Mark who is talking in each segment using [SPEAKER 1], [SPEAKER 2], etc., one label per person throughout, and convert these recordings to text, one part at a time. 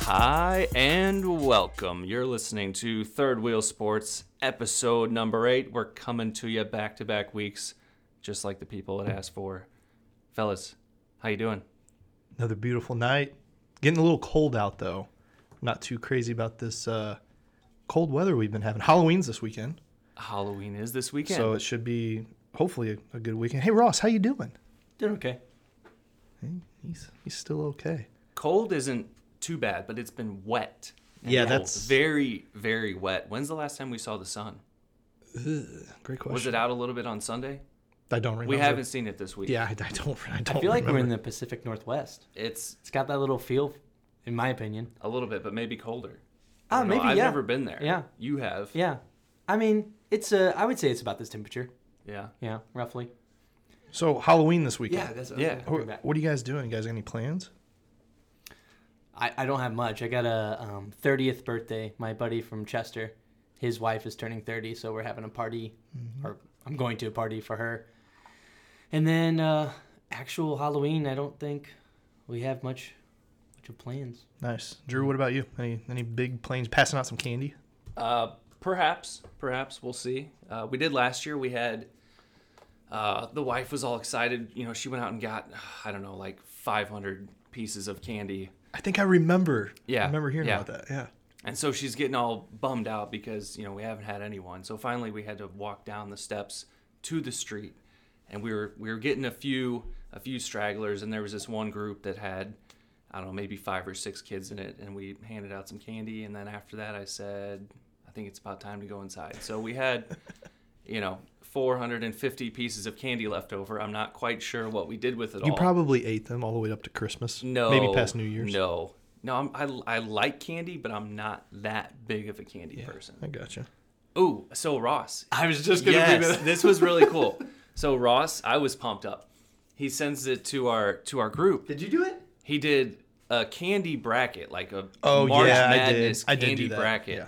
[SPEAKER 1] Hi and welcome. You're listening to Third Wheel Sports, episode number eight. We're coming to you back to back weeks, just like the people had asked for. Fellas, how you doing?
[SPEAKER 2] Another beautiful night. Getting a little cold out though. Not too crazy about this uh, cold weather we've been having. Halloween's this weekend,
[SPEAKER 1] Halloween is this weekend.
[SPEAKER 2] so it should be hopefully a, a good weekend. Hey Ross, how you doing?
[SPEAKER 1] doing okay.
[SPEAKER 2] Hey, He's he's still okay.
[SPEAKER 1] Cold isn't too bad, but it's been wet. and
[SPEAKER 2] Yeah,
[SPEAKER 1] cold.
[SPEAKER 2] that's-
[SPEAKER 1] very, very wet. When's the last time we saw the sun?
[SPEAKER 2] Great question.
[SPEAKER 1] Was it out a little bit on Sunday?
[SPEAKER 2] I don't remember.
[SPEAKER 1] We haven't seen it this week.
[SPEAKER 2] Yeah, I, I don't. I don't.
[SPEAKER 3] I feel like
[SPEAKER 2] remember.
[SPEAKER 3] we're in the Pacific Northwest.
[SPEAKER 1] It's
[SPEAKER 3] It's got that little feel, in my opinion.
[SPEAKER 1] a little bit, but maybe colder.
[SPEAKER 3] Ah,
[SPEAKER 1] I don't know.
[SPEAKER 3] maybe,
[SPEAKER 1] I've
[SPEAKER 3] yeah.
[SPEAKER 1] never been there.
[SPEAKER 3] Yeah.
[SPEAKER 1] You have.
[SPEAKER 3] Yeah, I mean, it's uh, I would say it's about this temperature.
[SPEAKER 1] Yeah.
[SPEAKER 3] Yeah, roughly.
[SPEAKER 2] So Halloween this weekend.
[SPEAKER 3] that's
[SPEAKER 1] I was Yeah.
[SPEAKER 2] Wh- What, are you guys doing? You guys got any plans?
[SPEAKER 3] I, I don't have much. I got a um, 30th birthday. My buddy from Chester, his wife is turning 30, so we're having a party, or I'm going to a party for her. And then uh, actual Halloween, I don't think we have much, much of plans.
[SPEAKER 2] Nice. Drew, what about you? Any any big plans? Passing out some candy?
[SPEAKER 1] Uh, perhaps, perhaps we'll see. Uh, we did last year. We had uh, the wife was all excited. You know, she went out and got I don't know like 500 pieces of candy,
[SPEAKER 2] I think I remember.
[SPEAKER 1] Yeah.
[SPEAKER 2] I remember hearing
[SPEAKER 1] Yeah.
[SPEAKER 2] about that. Yeah.
[SPEAKER 1] and so she's getting all bummed out because you know we haven't had anyone. So finally, we had to walk down the steps to the street, and we were we were getting a few a few stragglers, and there was this one group that had. I don't know, maybe five or six kids in it, and we handed out some candy. And then after that, I said, I think it's about time to go inside. So we had you know, 450 pieces of candy left over. I'm not quite sure what we did with it
[SPEAKER 2] You
[SPEAKER 1] all.
[SPEAKER 2] probably ate them all the way up to Christmas.
[SPEAKER 1] no,
[SPEAKER 2] Maybe past New Year's.
[SPEAKER 1] No, no, I'm, I I like candy, but I'm not that big of a candy person.
[SPEAKER 2] I gotcha.
[SPEAKER 1] Ooh, so Ross,
[SPEAKER 3] I was just
[SPEAKER 1] yes, this was really cool. So Ross, I was pumped up. He sends it to our to our group.
[SPEAKER 3] Did you do it?
[SPEAKER 1] He did a candy bracket, like a
[SPEAKER 2] Oh,
[SPEAKER 1] March
[SPEAKER 2] yeah, I did.
[SPEAKER 1] Madness
[SPEAKER 2] I did do
[SPEAKER 1] candy
[SPEAKER 2] that,
[SPEAKER 1] bracket,
[SPEAKER 2] yeah.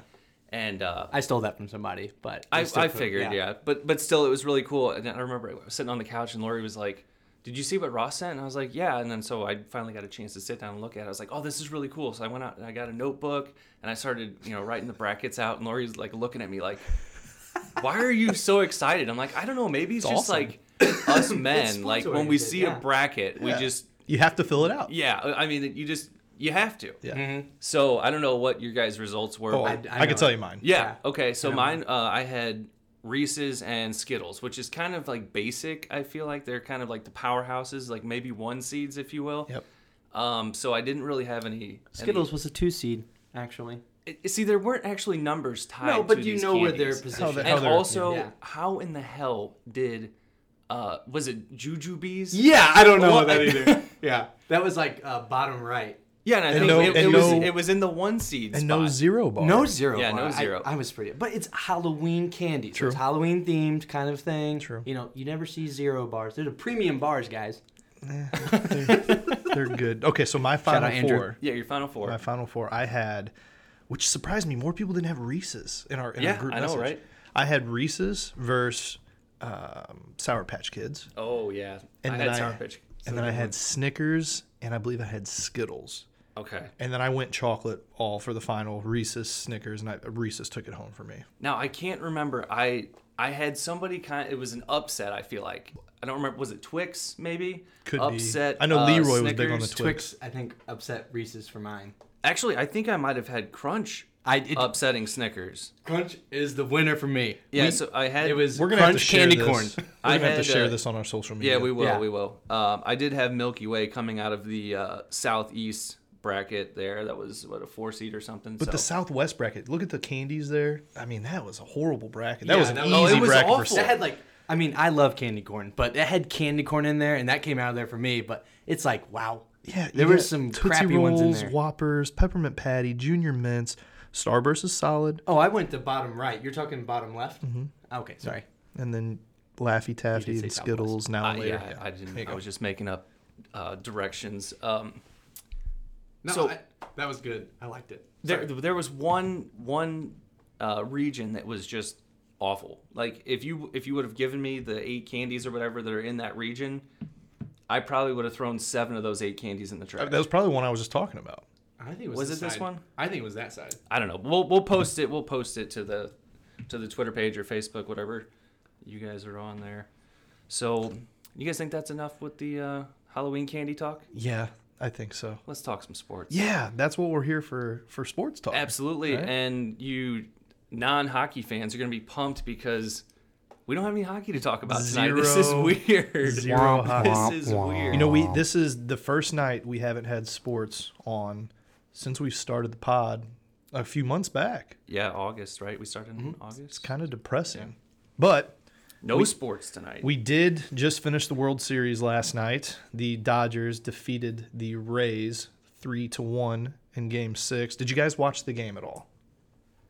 [SPEAKER 1] and uh,
[SPEAKER 3] I stole that from somebody, but
[SPEAKER 1] I,
[SPEAKER 3] still
[SPEAKER 1] I
[SPEAKER 3] could-
[SPEAKER 1] figured, yeah. But but still, it was really cool. And I remember I was sitting on the couch, and Lori was like, "Did you see what Ross sent?" And I was like, "Yeah." And then so I finally got a chance to sit down and look at. it. I was like, "Oh, this is really cool." So I went out and I got a notebook, and I started you know writing the brackets out. And Lori's like looking at me like, "Why are you so excited?" I'm like, "I don't know. Maybe it's, just
[SPEAKER 2] awesome.
[SPEAKER 1] like us men. like when we
[SPEAKER 3] sports-oriented,
[SPEAKER 1] see
[SPEAKER 3] yeah.
[SPEAKER 1] a bracket, we
[SPEAKER 2] Yeah.
[SPEAKER 1] just
[SPEAKER 2] You have to fill it out.
[SPEAKER 1] yeah. I mean, you just you have to.
[SPEAKER 2] Yeah.
[SPEAKER 1] So I don't know what your guys' results were.
[SPEAKER 2] Mm-hmm. Oh,
[SPEAKER 1] but
[SPEAKER 2] I,
[SPEAKER 3] I
[SPEAKER 2] I
[SPEAKER 3] know
[SPEAKER 2] could tell
[SPEAKER 3] it.
[SPEAKER 2] you mine.
[SPEAKER 1] yeah.
[SPEAKER 3] Yeah.
[SPEAKER 1] Okay. So mine, uh, I had Reese's and Skittles, which is kind of like basic. I feel like they're kind of like the powerhouses, like maybe one seeds, if you will.
[SPEAKER 2] Yep.
[SPEAKER 1] Um. So I didn't really have any any-
[SPEAKER 3] Skittles was a two seed, actually.
[SPEAKER 1] It- see, there weren't actually numbers tied.
[SPEAKER 3] No, but
[SPEAKER 1] to
[SPEAKER 3] you
[SPEAKER 1] these
[SPEAKER 3] know where they're
[SPEAKER 1] candies.
[SPEAKER 3] positioned.
[SPEAKER 2] How the-
[SPEAKER 1] And
[SPEAKER 2] they're-
[SPEAKER 1] also,
[SPEAKER 3] yeah.
[SPEAKER 1] how in the hell did, uh, was it Jujubees?
[SPEAKER 3] Yeah, I don't know
[SPEAKER 1] Well,
[SPEAKER 3] that either. yeah, that was like uh, bottom right.
[SPEAKER 1] Yeah, and I think
[SPEAKER 2] no-
[SPEAKER 1] it, it
[SPEAKER 2] and
[SPEAKER 1] was
[SPEAKER 2] no-
[SPEAKER 1] it was in the one seed
[SPEAKER 2] And
[SPEAKER 1] spot.
[SPEAKER 2] no zero bar.
[SPEAKER 3] No zero.
[SPEAKER 1] Yeah, no
[SPEAKER 3] I-
[SPEAKER 1] zero.
[SPEAKER 3] I, was pretty, but it's Halloween candy, so
[SPEAKER 2] True.
[SPEAKER 3] it's Halloween themed kind of thing.
[SPEAKER 2] True.
[SPEAKER 3] You know, you never see zero bars. They're the premium bars, guys.
[SPEAKER 2] They're good. Okay, so my final
[SPEAKER 3] out Andrew.
[SPEAKER 2] four.
[SPEAKER 1] yeah, your final four.
[SPEAKER 2] My final four. I had, which surprised me, more people didn't have Reese's in our, in our
[SPEAKER 1] Yeah,
[SPEAKER 2] group
[SPEAKER 1] I know,
[SPEAKER 2] message.
[SPEAKER 1] right?
[SPEAKER 2] I had Reese's versus um, Sour Patch Kids,
[SPEAKER 1] oh yeah,
[SPEAKER 2] and
[SPEAKER 1] I
[SPEAKER 2] then
[SPEAKER 1] had
[SPEAKER 2] I-
[SPEAKER 1] Sour Patch.
[SPEAKER 2] and then I had Snickers, and I believe I had Skittles.
[SPEAKER 1] Okay.
[SPEAKER 2] And then I went chocolate all for the final. Reese's, Snickers, and I, Reese's took it home for me.
[SPEAKER 1] Now I can't remember. I I had somebody kind. It was an upset. I feel like I don't remember. Was it Twix? Maybe
[SPEAKER 2] Could be.
[SPEAKER 1] upset.
[SPEAKER 2] I know
[SPEAKER 1] uh,
[SPEAKER 2] Leroy was big on the
[SPEAKER 1] Snickers.
[SPEAKER 2] Twix.
[SPEAKER 3] Twix, I think, upset Reese's for mine.
[SPEAKER 1] Actually, I think I might have had Crunch
[SPEAKER 3] I it,
[SPEAKER 1] upsetting Snickers.
[SPEAKER 3] Crunch is the winner for me.
[SPEAKER 1] Yeah.
[SPEAKER 3] We-
[SPEAKER 1] so I had.
[SPEAKER 3] it was
[SPEAKER 2] We're gonna have to
[SPEAKER 3] Crunch
[SPEAKER 2] share
[SPEAKER 3] candy
[SPEAKER 2] this.
[SPEAKER 3] corn.
[SPEAKER 2] We're
[SPEAKER 1] I
[SPEAKER 2] gonna have to
[SPEAKER 1] had,
[SPEAKER 2] share
[SPEAKER 1] uh,
[SPEAKER 2] this on our social media.
[SPEAKER 1] Yeah, we will.
[SPEAKER 3] Yeah.
[SPEAKER 1] We will. Um, I did have Milky Way coming out of the uh, southeast bracket there. That was what a four seed or something.
[SPEAKER 2] But
[SPEAKER 1] so.
[SPEAKER 2] the Southwest bracket, look at the candies there. I mean, that was a horrible bracket. That
[SPEAKER 3] Yeah,
[SPEAKER 2] was an
[SPEAKER 3] that
[SPEAKER 2] easy
[SPEAKER 3] was- Oh, it
[SPEAKER 1] was
[SPEAKER 2] bracket
[SPEAKER 1] awful.
[SPEAKER 2] for
[SPEAKER 3] That
[SPEAKER 2] South.
[SPEAKER 3] had like, I mean, I love candy corn, but it had candy corn in there, and that came out of there for me. But it's like, wow,
[SPEAKER 2] Yeah, you
[SPEAKER 3] there were
[SPEAKER 2] got
[SPEAKER 3] some
[SPEAKER 2] Tootsie
[SPEAKER 3] crappy ones in
[SPEAKER 2] Rolls,
[SPEAKER 3] there.
[SPEAKER 2] Whoppers, peppermint patty, junior mints, Starburst is solid,
[SPEAKER 3] Oh, I went to bottom right. You're talking bottom left.
[SPEAKER 2] Mm-hmm.
[SPEAKER 3] Okay, sorry.
[SPEAKER 2] and then Laffy Taffy
[SPEAKER 3] say
[SPEAKER 2] and
[SPEAKER 3] Southwest.
[SPEAKER 2] Skittles. Now
[SPEAKER 1] Uh,
[SPEAKER 2] and later,
[SPEAKER 1] yeah, I I didn't. I was just making up uh, directions. Um,
[SPEAKER 3] No,
[SPEAKER 1] So-
[SPEAKER 3] that was good. I liked it.
[SPEAKER 1] there there was one one uh, region that was just awful. Like if you if you would have given me the eight candies or whatever that are in that region, I probably would have thrown seven of those eight candies in the trash.
[SPEAKER 2] That was probably one I was just talking about.
[SPEAKER 4] I think it was,
[SPEAKER 1] Was
[SPEAKER 4] this
[SPEAKER 1] it this
[SPEAKER 4] side.
[SPEAKER 1] one?
[SPEAKER 4] I think it was that side.
[SPEAKER 1] I don't know. We'll we'll post it. We'll post it to the to the Twitter page or Facebook, whatever you guys are on there. So you guys think that's enough with the uh, Halloween candy talk?
[SPEAKER 2] Yeah, I think so.
[SPEAKER 1] Let's talk some sports.
[SPEAKER 2] Yeah, that's what we're here for for sports talk.
[SPEAKER 1] Absolutely.
[SPEAKER 2] Right?
[SPEAKER 1] And you non hockey fans are gonna be pumped because we don't have any hockey to talk about tonight. This is
[SPEAKER 2] Zero.
[SPEAKER 1] weird.
[SPEAKER 2] Zero hockey.
[SPEAKER 1] This is weird.
[SPEAKER 2] You know, we this is the first night we haven't had sports on since we started the pod a few months back.
[SPEAKER 1] yeah, August, right? We started in
[SPEAKER 2] Mm-hmm.
[SPEAKER 1] August.
[SPEAKER 2] Kind of depressing. But
[SPEAKER 1] No sports tonight.
[SPEAKER 2] we did just finish the World Series last night. The Dodgers defeated the Rays 3 to 1 in game 6. Did you guys watch the game at all?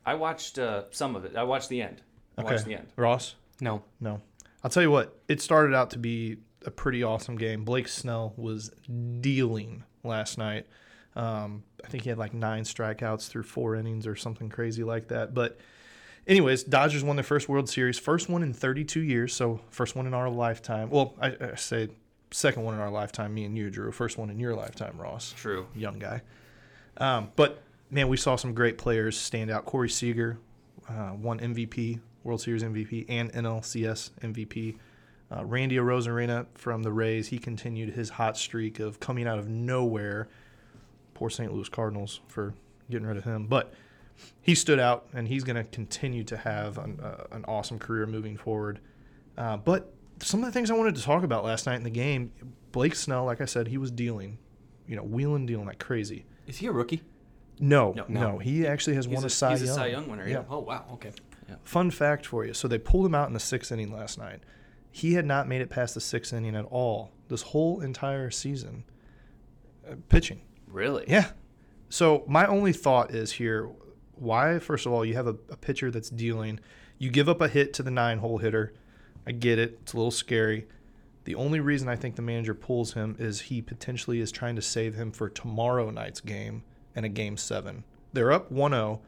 [SPEAKER 1] I watched uh, some of it. I watched the end. I watched the end.
[SPEAKER 2] Ross?
[SPEAKER 3] No.
[SPEAKER 2] No. I'll tell you what, it started out to be a pretty awesome game. Blake Snell was dealing last night. Um, I think he had like nine strikeouts through four innings or something crazy like that. But, anyways, Dodgers won their first World Series, first one in 32 years. So, first one in our lifetime. Well, I, I say second one in our lifetime, me and you, Drew. First one in your lifetime, Ross
[SPEAKER 1] True.
[SPEAKER 2] young guy. Um, but man, we saw some great players stand out. Corey Seager uh, won MVP, World Series MVP, and NLCS MVP. Uh, Randy Rosarena from the Rays, he continued his hot streak of coming out of nowhere. Poor St. Louis Cardinals for getting rid of him, but he stood out, and he's going to continue to have an, uh, an awesome career moving forward. Uh, but some of the things I wanted to talk about last night in the game, Blake Snell, like I said, he was dealing, you know, wheeling, dealing like crazy.
[SPEAKER 3] Is he a rookie?
[SPEAKER 2] No, no,
[SPEAKER 1] No.
[SPEAKER 2] he actually has won
[SPEAKER 1] a-
[SPEAKER 2] a, Cy
[SPEAKER 1] he's a
[SPEAKER 2] Young.
[SPEAKER 1] Cy Young winner, yeah.
[SPEAKER 3] Oh wow. Okay.
[SPEAKER 2] Fun fact for you: so they pulled him out in the sixth inning last night. He had not made it past the sixth inning at all this whole entire season, uh, pitching.
[SPEAKER 1] Really?
[SPEAKER 2] Yeah. So my only thought is here: why? First of all, you have a, a pitcher that's dealing. You give up a hit to the nine-hole hitter. I get it; it's a little scary. The only reason I think the manager pulls him is he potentially is trying to save him for tomorrow night's game and a game seven. They're up 1-0,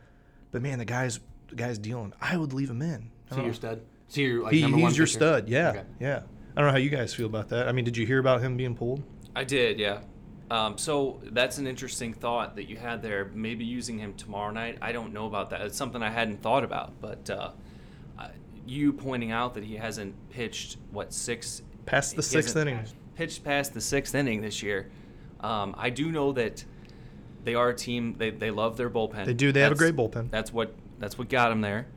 [SPEAKER 2] but man, the guy's the guy's dealing. I would leave him in. I
[SPEAKER 3] So
[SPEAKER 2] don't know.
[SPEAKER 3] you're stud. So you're like
[SPEAKER 2] He,
[SPEAKER 3] number
[SPEAKER 2] he's
[SPEAKER 3] one
[SPEAKER 2] your
[SPEAKER 3] pitcher.
[SPEAKER 2] stud. Yeah,
[SPEAKER 3] Okay.
[SPEAKER 2] yeah. I don't know how you guys feel about that. I mean, did you hear about him being pulled?
[SPEAKER 1] I did, yeah. Um, so that's an interesting thought that you had there. Maybe using him tomorrow night. I don't know about that. It's something I hadn't thought about. But uh, I- you pointing out that he hasn't pitched what six
[SPEAKER 2] Past
[SPEAKER 1] he
[SPEAKER 2] the sixth
[SPEAKER 1] hasn't
[SPEAKER 2] inning.
[SPEAKER 1] pitched past the sixth inning this year. Um, I do know that they are a team. They, they love their bullpen.
[SPEAKER 2] They do. They have a
[SPEAKER 1] That's-
[SPEAKER 2] great bullpen.
[SPEAKER 1] That's what that's what got him there.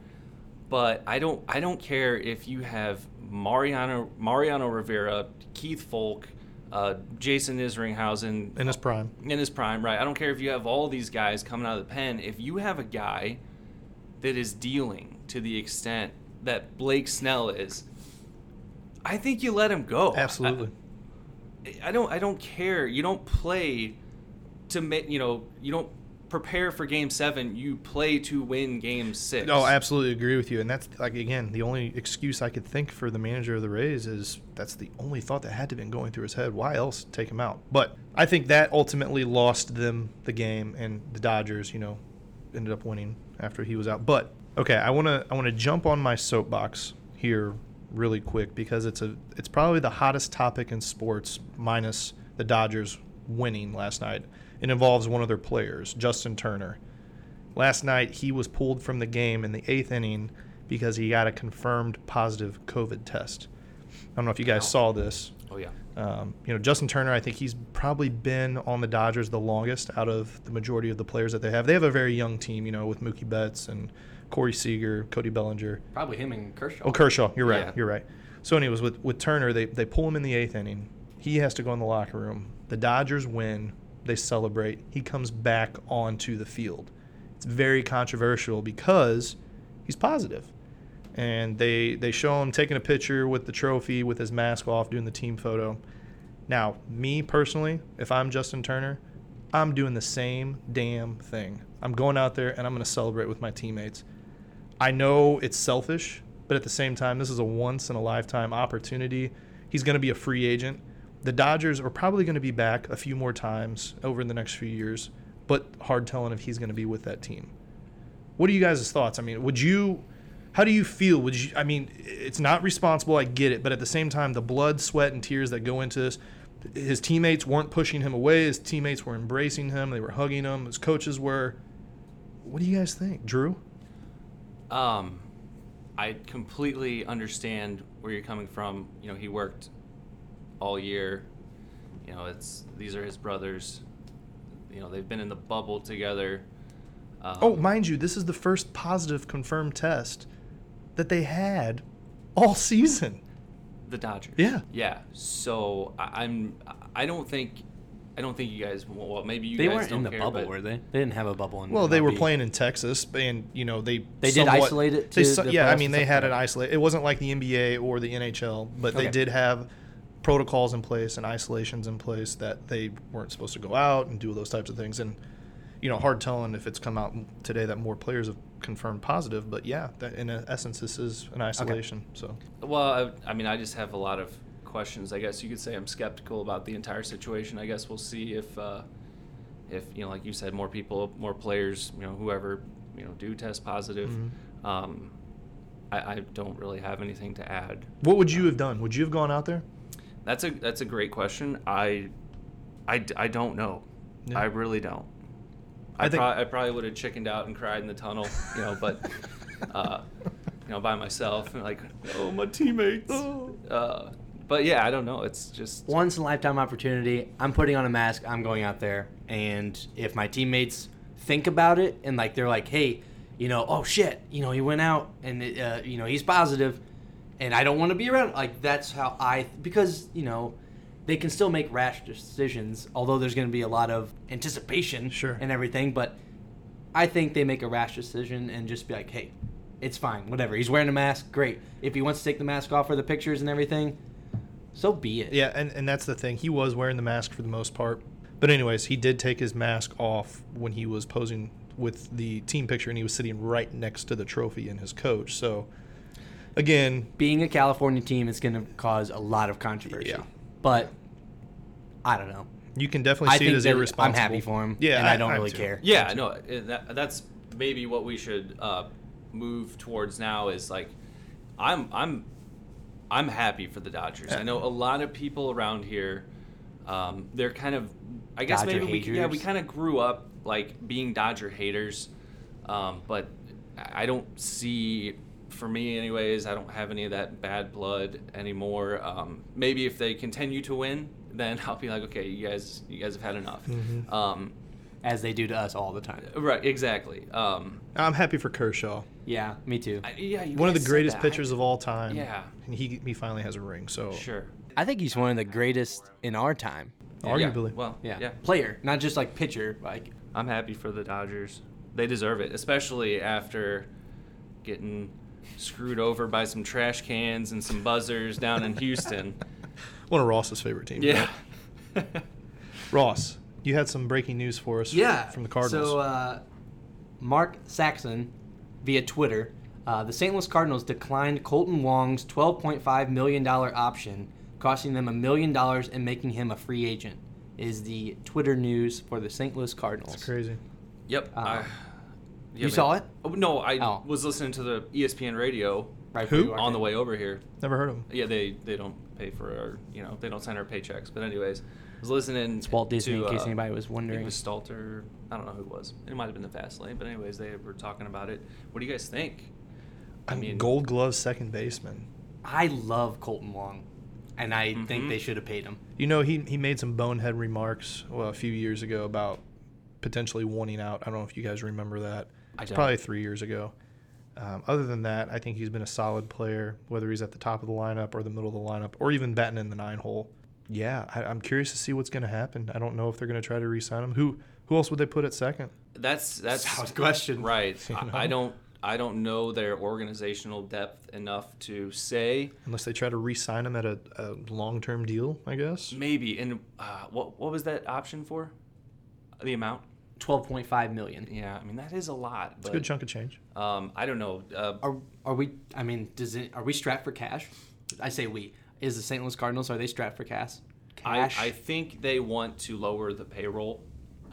[SPEAKER 1] But I don't I don't care if you have Mariano Mariano Rivera, Keith Folk, uh, Jason Isringhausen
[SPEAKER 2] in his prime.
[SPEAKER 1] in his prime, right? I don't care if you have all these guys coming out of the pen. If you have a guy that is dealing to the extent that Blake Snell is, I think you let him go. I-
[SPEAKER 2] Absolutely.
[SPEAKER 1] I don't I don't care. You don't play to make you know you don't prepare for game seven. You play to win game six.
[SPEAKER 2] No, I absolutely agree with you. And that's like again, the only excuse I could think for the manager of the Rays is that's the only thought that had to been going through his head. Why else take him out? But I think that ultimately lost them the game and the Dodgers, you know, ended up winning after he was out. But okay, I wanna I wanna jump on my soapbox here really quick because it's a it's probably the hottest topic in sports minus the Dodgers winning last night. It involves one of their players, Justin Turner. Last night, he was pulled from the game in the eighth inning because he got a confirmed positive COVID test. I don't know if you guys saw this.
[SPEAKER 1] Oh yeah.
[SPEAKER 2] Um, you know, Justin Turner, I think he's probably been on the Dodgers the longest out of the majority of the players that they have. They have a very young team, you know, with Mookie Betts and Corey Seager, Cody Bellinger.
[SPEAKER 3] Probably him and Kershaw.
[SPEAKER 2] Oh, Kershaw, you're right.
[SPEAKER 1] Yeah.
[SPEAKER 2] You're right. So, anyways, with, with Turner, they, they pull him in the eighth inning. He has to go in the locker room. The Dodgers win. They celebrate. He comes back onto the field. It's very controversial because he's positive. And they they show him taking a picture with the trophy with his mask off, doing the team photo. Now, me personally, if I'm Justin Turner, I'm doing the same damn thing. I'm going out there and I'm going to celebrate with my teammates. I know it's selfish, but at the same time, this is a once in a lifetime opportunity. He's going to be a free agent. The Dodgers are probably going to be back a few more times over the next few years, but hard telling if he's going to be with that team. What are you guys' thoughts? I mean, would you, how do you feel? Would you, I mean, it's not responsible, I get it, but at the same time, the blood, sweat, and tears that go into this, his teammates weren't pushing him away. His teammates were embracing him. They were hugging him. His coaches were. What do you guys think, Drew?
[SPEAKER 1] Um, I completely understand where you're coming from. You know, he worked all year. You know, it's these are his brothers. You know, they've been in the bubble together. Um,
[SPEAKER 2] Oh, mind you, this is the first positive confirmed test that they had all season.
[SPEAKER 3] Hmm,
[SPEAKER 1] the Dodgers.
[SPEAKER 2] Yeah.
[SPEAKER 1] Yeah. So I, I'm. I don't think. I don't think you guys. Well, maybe you
[SPEAKER 3] They
[SPEAKER 1] guys
[SPEAKER 3] weren't
[SPEAKER 1] don't
[SPEAKER 3] in the
[SPEAKER 1] care,
[SPEAKER 3] bubble,
[SPEAKER 1] but-
[SPEAKER 3] were they? They didn't have a bubble in.
[SPEAKER 2] Well, they were
[SPEAKER 3] MLB.
[SPEAKER 2] playing in Texas, and you know they
[SPEAKER 3] They did isolate it
[SPEAKER 2] they
[SPEAKER 3] to
[SPEAKER 2] so-
[SPEAKER 3] the
[SPEAKER 2] yeah, I
[SPEAKER 3] playoffs
[SPEAKER 2] mean
[SPEAKER 3] and
[SPEAKER 2] they
[SPEAKER 3] stuff
[SPEAKER 2] had
[SPEAKER 3] like
[SPEAKER 2] it
[SPEAKER 3] that?
[SPEAKER 2] isolated. It wasn't like the NBA or the NHL, but they
[SPEAKER 3] Okay.
[SPEAKER 2] did have protocols in place and isolations in place that they weren't supposed to go out and do those types of things. And you know, hard telling if it's come out today that more players have confirmed positive. But yeah, that, in essence, this is an isolation. So
[SPEAKER 1] Well, I, I mean, I just have a lot of questions. I guess you could say I'm skeptical about the entire situation. I guess we'll see if, uh, if you know, like you said, more people, more players, you know, whoever, you know, do test positive.
[SPEAKER 2] Mm-hmm.
[SPEAKER 1] Um, I, I don't really have anything to add.
[SPEAKER 2] what would you have done? Would you have gone out there?
[SPEAKER 1] That's a that's a great question. I, I, d- I don't know.
[SPEAKER 2] Yeah.
[SPEAKER 1] I really don't.
[SPEAKER 2] I
[SPEAKER 1] I,
[SPEAKER 2] think-
[SPEAKER 1] prob- I probably would have chickened out and cried in the tunnel, you know, but, uh, you know, by myself and like, oh, my teammates. Uh, but yeah, I don't know. It's just
[SPEAKER 3] once in a lifetime opportunity. I'm putting on a mask. I'm going out there, and if my teammates think about it and like they're like, hey, you know, oh shit, you know, he went out and uh, you know he's positive, and I don't want to be around. Like that's how I because you know. They can still make rash decisions, although there's going to be a lot of anticipation
[SPEAKER 2] Sure.
[SPEAKER 3] and everything. But I think they make a rash decision and just be like, hey, it's fine, whatever. He's wearing a mask, great. If he wants to take the mask off for the pictures and everything, so be it.
[SPEAKER 2] Yeah, and, and that's the thing. He was wearing the mask for the most part. But anyways, he did take his mask off when he was posing with the team picture and he was sitting right next to the trophy and his coach. So again,
[SPEAKER 3] being a California team is going to cause a lot of controversy.
[SPEAKER 2] Yeah.
[SPEAKER 3] But I don't know.
[SPEAKER 2] you can definitely
[SPEAKER 3] I
[SPEAKER 2] see it
[SPEAKER 3] think
[SPEAKER 2] as
[SPEAKER 3] that
[SPEAKER 2] irresponsible.
[SPEAKER 3] I'm happy for him.
[SPEAKER 2] Yeah,
[SPEAKER 3] and I, don't
[SPEAKER 2] I'm
[SPEAKER 3] really
[SPEAKER 2] too.
[SPEAKER 3] care.
[SPEAKER 1] yeah, no. uh, That, that's maybe what we should uh, move towards now is like, I'm I'm I'm happy for the Dodgers. I know a lot of people around here. Um, they're kind of, I guess
[SPEAKER 3] Dodger
[SPEAKER 1] maybe we yeah we
[SPEAKER 3] haters.
[SPEAKER 1] kind of grew up like being Dodger haters, um, but I I don't see for me anyways. I don't have any of that bad blood anymore. Um, maybe if they continue to win, then I'll be like, okay, you guys you guys have had enough.
[SPEAKER 3] Mm-hmm.
[SPEAKER 1] Um,
[SPEAKER 3] As they do to us all the time.
[SPEAKER 1] Right, exactly. Um,
[SPEAKER 2] I'm happy for Kershaw.
[SPEAKER 3] Yeah, me too.
[SPEAKER 1] I- yeah, you
[SPEAKER 2] One of
[SPEAKER 1] guys
[SPEAKER 2] the
[SPEAKER 1] said
[SPEAKER 2] greatest
[SPEAKER 1] that.
[SPEAKER 2] pitchers of all time.
[SPEAKER 1] Yeah.
[SPEAKER 2] And he he finally has a ring. So
[SPEAKER 1] Sure.
[SPEAKER 3] I think he's one of the greatest in our time.
[SPEAKER 2] arguably.
[SPEAKER 1] Yeah, well,
[SPEAKER 3] Yeah.
[SPEAKER 1] yeah. yeah.
[SPEAKER 3] Player, not just like pitcher. Like
[SPEAKER 1] I'm happy for the Dodgers. They deserve it, especially after getting screwed over by some trash cans and some buzzers down in Houston.
[SPEAKER 2] one of Ross's favorite teams.
[SPEAKER 1] Yeah.
[SPEAKER 2] right? Ross, you had some breaking news for us
[SPEAKER 3] Yeah.
[SPEAKER 2] from the Cardinals.
[SPEAKER 3] So uh, Mark Saxon, via Twitter, uh, the St. Louis Cardinals declined Colton Wong's $12.5 million option, costing them a million dollars and making him a free agent. Is the Twitter news for the St. Louis Cardinals?
[SPEAKER 2] Crazy.
[SPEAKER 1] yep. I-
[SPEAKER 3] Um,
[SPEAKER 1] yeah,
[SPEAKER 3] you saw it?
[SPEAKER 1] Oh, no, I
[SPEAKER 3] Oh.
[SPEAKER 1] was listening to the E ESPN radio
[SPEAKER 3] Right
[SPEAKER 2] Who?
[SPEAKER 3] where you are
[SPEAKER 1] on the
[SPEAKER 3] now.
[SPEAKER 1] way over here.
[SPEAKER 2] Never heard of him.
[SPEAKER 1] Yeah, they, they don't pay for our, you know, they don't send our paychecks. But anyways, I was listening
[SPEAKER 3] It's Walt Disney,
[SPEAKER 1] to,
[SPEAKER 3] in case
[SPEAKER 1] uh,
[SPEAKER 3] anybody was
[SPEAKER 1] I think
[SPEAKER 3] wondering.
[SPEAKER 1] it was Stalter. I don't know who it was. It might have been the fast lane, but anyways, they were talking about it. What do you guys think?
[SPEAKER 2] I
[SPEAKER 1] I
[SPEAKER 2] mean,
[SPEAKER 1] mean-
[SPEAKER 2] Gold Glove second baseman.
[SPEAKER 3] I love Colton Wong, and I
[SPEAKER 1] Mm-hmm.
[SPEAKER 3] think they should have paid him.
[SPEAKER 2] You know, he he made some bonehead remarks well, a few years ago about potentially wanting out. I don't know if you guys remember that.
[SPEAKER 1] I
[SPEAKER 2] It's
[SPEAKER 1] don't.
[SPEAKER 2] Probably three years ago. Um, other than that, I think he's been a solid player, whether he's at the top of the lineup or the middle of the lineup or even batting in the nine hole. Yeah, I, I'm curious to see what's going to happen. I don't know if they're going to try to re-sign him. Who who else would they put at second?
[SPEAKER 1] That's that's
[SPEAKER 3] question.
[SPEAKER 1] right.
[SPEAKER 2] You
[SPEAKER 1] I-
[SPEAKER 2] know?
[SPEAKER 1] I don't I don't know their organizational depth enough to say.
[SPEAKER 2] Unless they try to re-sign him at a, a long-term deal, I guess.
[SPEAKER 1] Maybe and uh, what what was that option for? The amount?
[SPEAKER 3] Twelve point five million.
[SPEAKER 1] Yeah, I mean that is a lot. But,
[SPEAKER 2] Good chunk of change.
[SPEAKER 1] Um, I don't know. Uh,
[SPEAKER 3] Are are we? I mean, does it? Are we strapped for cash? I say we. Is the St. Louis Cardinals? Are they strapped for cash?
[SPEAKER 1] I,
[SPEAKER 3] Cash.
[SPEAKER 1] I think they want to lower the payroll.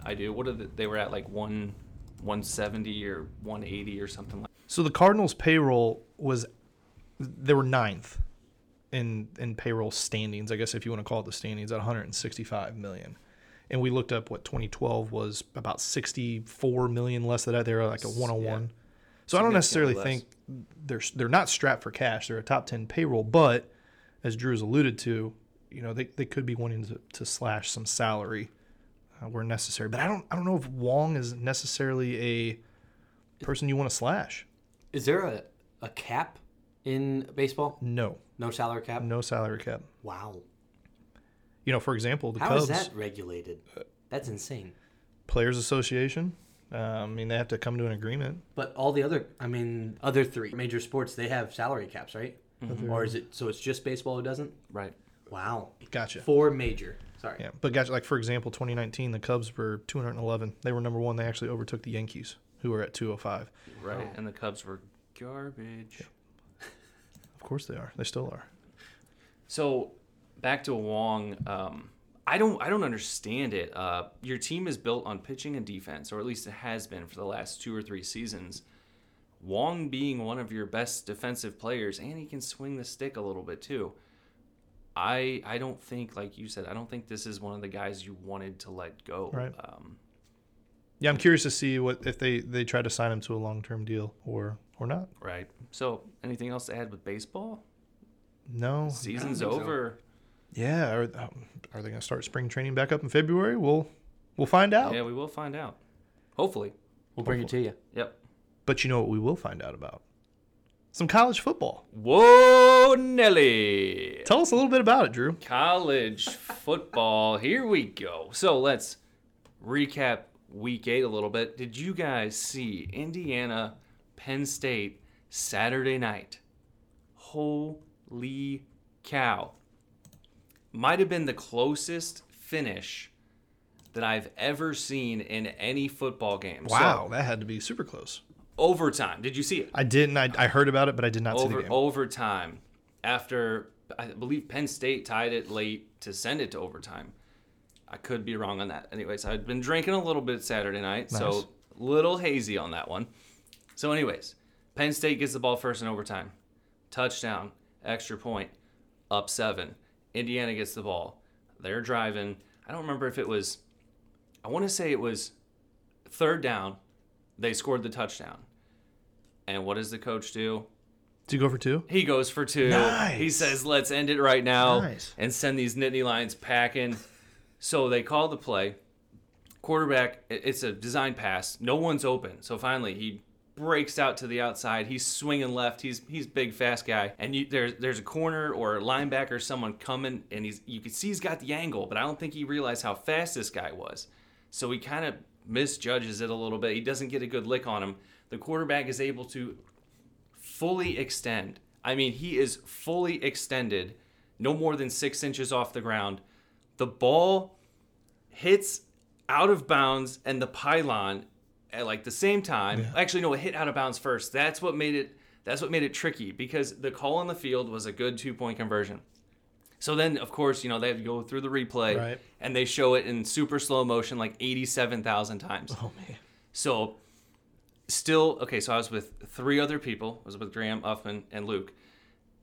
[SPEAKER 1] I do. What are the, they were at like one, one seventy or one eighty or something like.
[SPEAKER 2] So the Cardinals' payroll was they were ninth in in payroll standings, I guess if you want to call it the standings, at 165 million. And we looked up what 2012 was about 64 million less than that. They were like a 101. So I don't
[SPEAKER 1] Significantly
[SPEAKER 2] necessarily
[SPEAKER 1] less.
[SPEAKER 2] think they're they're not strapped for cash. They're a top 10 payroll, but as Drew has alluded to, you know they, they could be wanting to, to slash some salary uh, where necessary. But I don't I don't know if Wong is necessarily a person you want to slash.
[SPEAKER 3] Is there a, a cap in baseball?
[SPEAKER 2] No,
[SPEAKER 3] No salary cap?
[SPEAKER 2] no salary cap.
[SPEAKER 3] Wow.
[SPEAKER 2] You know, for example, the
[SPEAKER 3] How
[SPEAKER 2] Cubs
[SPEAKER 3] is that regulated? That's insane.
[SPEAKER 2] Players Association. Um, I mean, they have to come to an agreement.
[SPEAKER 3] But all the other, I mean, other three major sports, they have salary caps, right?
[SPEAKER 1] Mm-hmm.
[SPEAKER 3] Or is it so it's just baseball who doesn't?
[SPEAKER 1] Right.
[SPEAKER 3] Wow.
[SPEAKER 2] Gotcha.
[SPEAKER 3] Four major. Sorry.
[SPEAKER 2] Yeah, but gotcha. Like for example, 2019, the Cubs were 211. They were number one. They actually overtook the Yankees, who were at 205.
[SPEAKER 1] Right. And the Cubs were garbage.
[SPEAKER 2] Of course they are. They still are.
[SPEAKER 1] So back to Wong. Um, I don't I don't understand it. Uh, your team is built on pitching and defense, or at least it has been for the last two or three seasons. Wong being one of your best defensive players, and he can swing the stick a little bit too. I I don't think, like you said, I don't think this is one of the guys you wanted to let go.
[SPEAKER 2] Right.
[SPEAKER 1] Um,
[SPEAKER 2] Yeah, I'm curious to see what if they they try to sign him to a long term deal or or not.
[SPEAKER 1] right. So anything else to add with baseball?
[SPEAKER 2] No.
[SPEAKER 1] Season's
[SPEAKER 3] think so.
[SPEAKER 1] over.
[SPEAKER 2] Yeah. Are, um, are they going to start spring training back up in February? We'll we'll find out.
[SPEAKER 1] Yeah, we will find out. Hopefully.
[SPEAKER 3] We'll bring it to you.
[SPEAKER 1] Yep.
[SPEAKER 2] But you know what we will find out about? Some college football.
[SPEAKER 1] Whoa, Nelly.
[SPEAKER 2] Tell us a little bit about it, Drew.
[SPEAKER 1] College football. Here we go. So let's recap week eight a little bit. Did you guys see Indiana, Penn State, Saturday night? Holy cow. Might have been the closest finish that I've ever seen in any football game. So,
[SPEAKER 2] Wow, that had to be super close.
[SPEAKER 1] overtime. Did you see it?
[SPEAKER 2] I didn't. I, I heard about it, but I did not see the
[SPEAKER 1] over oh.
[SPEAKER 2] game.
[SPEAKER 1] overtime after I believe Penn State tied it late to send it to overtime. I could be wrong on that. Anyways, I'd been drinking a little bit Saturday night,
[SPEAKER 2] Nice.
[SPEAKER 1] so little hazy on that one. So anyways, Penn State gets the ball first in overtime. Touchdown, extra point, up 7. Indiana gets the ball. They're driving. I don't remember if it was I want to say it was third down. They scored the touchdown. And what does the coach do?
[SPEAKER 2] Did you go for two?
[SPEAKER 1] He goes for two.
[SPEAKER 2] Nice.
[SPEAKER 1] He says, let's end it right now
[SPEAKER 2] Nice.
[SPEAKER 1] and send these Nittany Lions packing. so they call the play. Quarterback, i- it's a design pass. No one's open. So finally, he breaks out to the outside. He's swinging left. He's he's big, fast guy. And you, there's there's a corner or a linebacker, someone coming, and he's you can see he's got the angle, but I don't think he realized how fast this guy was. So he kind of misjudges it a little bit. He doesn't get a good lick on him. The quarterback is able to fully extend. I mean, he is fully extended, no more than six inches off the ground. The ball hits out of bounds and the pylon at like the same time. Actually, no, it hit out of bounds first. That's what made it. That's what made it tricky because the call on the field was a good two point conversion. So then, of course, you know they have to go through the replay
[SPEAKER 2] Right.
[SPEAKER 1] and they show it in super slow motion like eighty seven thousand times.
[SPEAKER 2] Oh man.
[SPEAKER 1] So, still, okay, so I was with three other people. I was with Graham, Uffman, and Luke.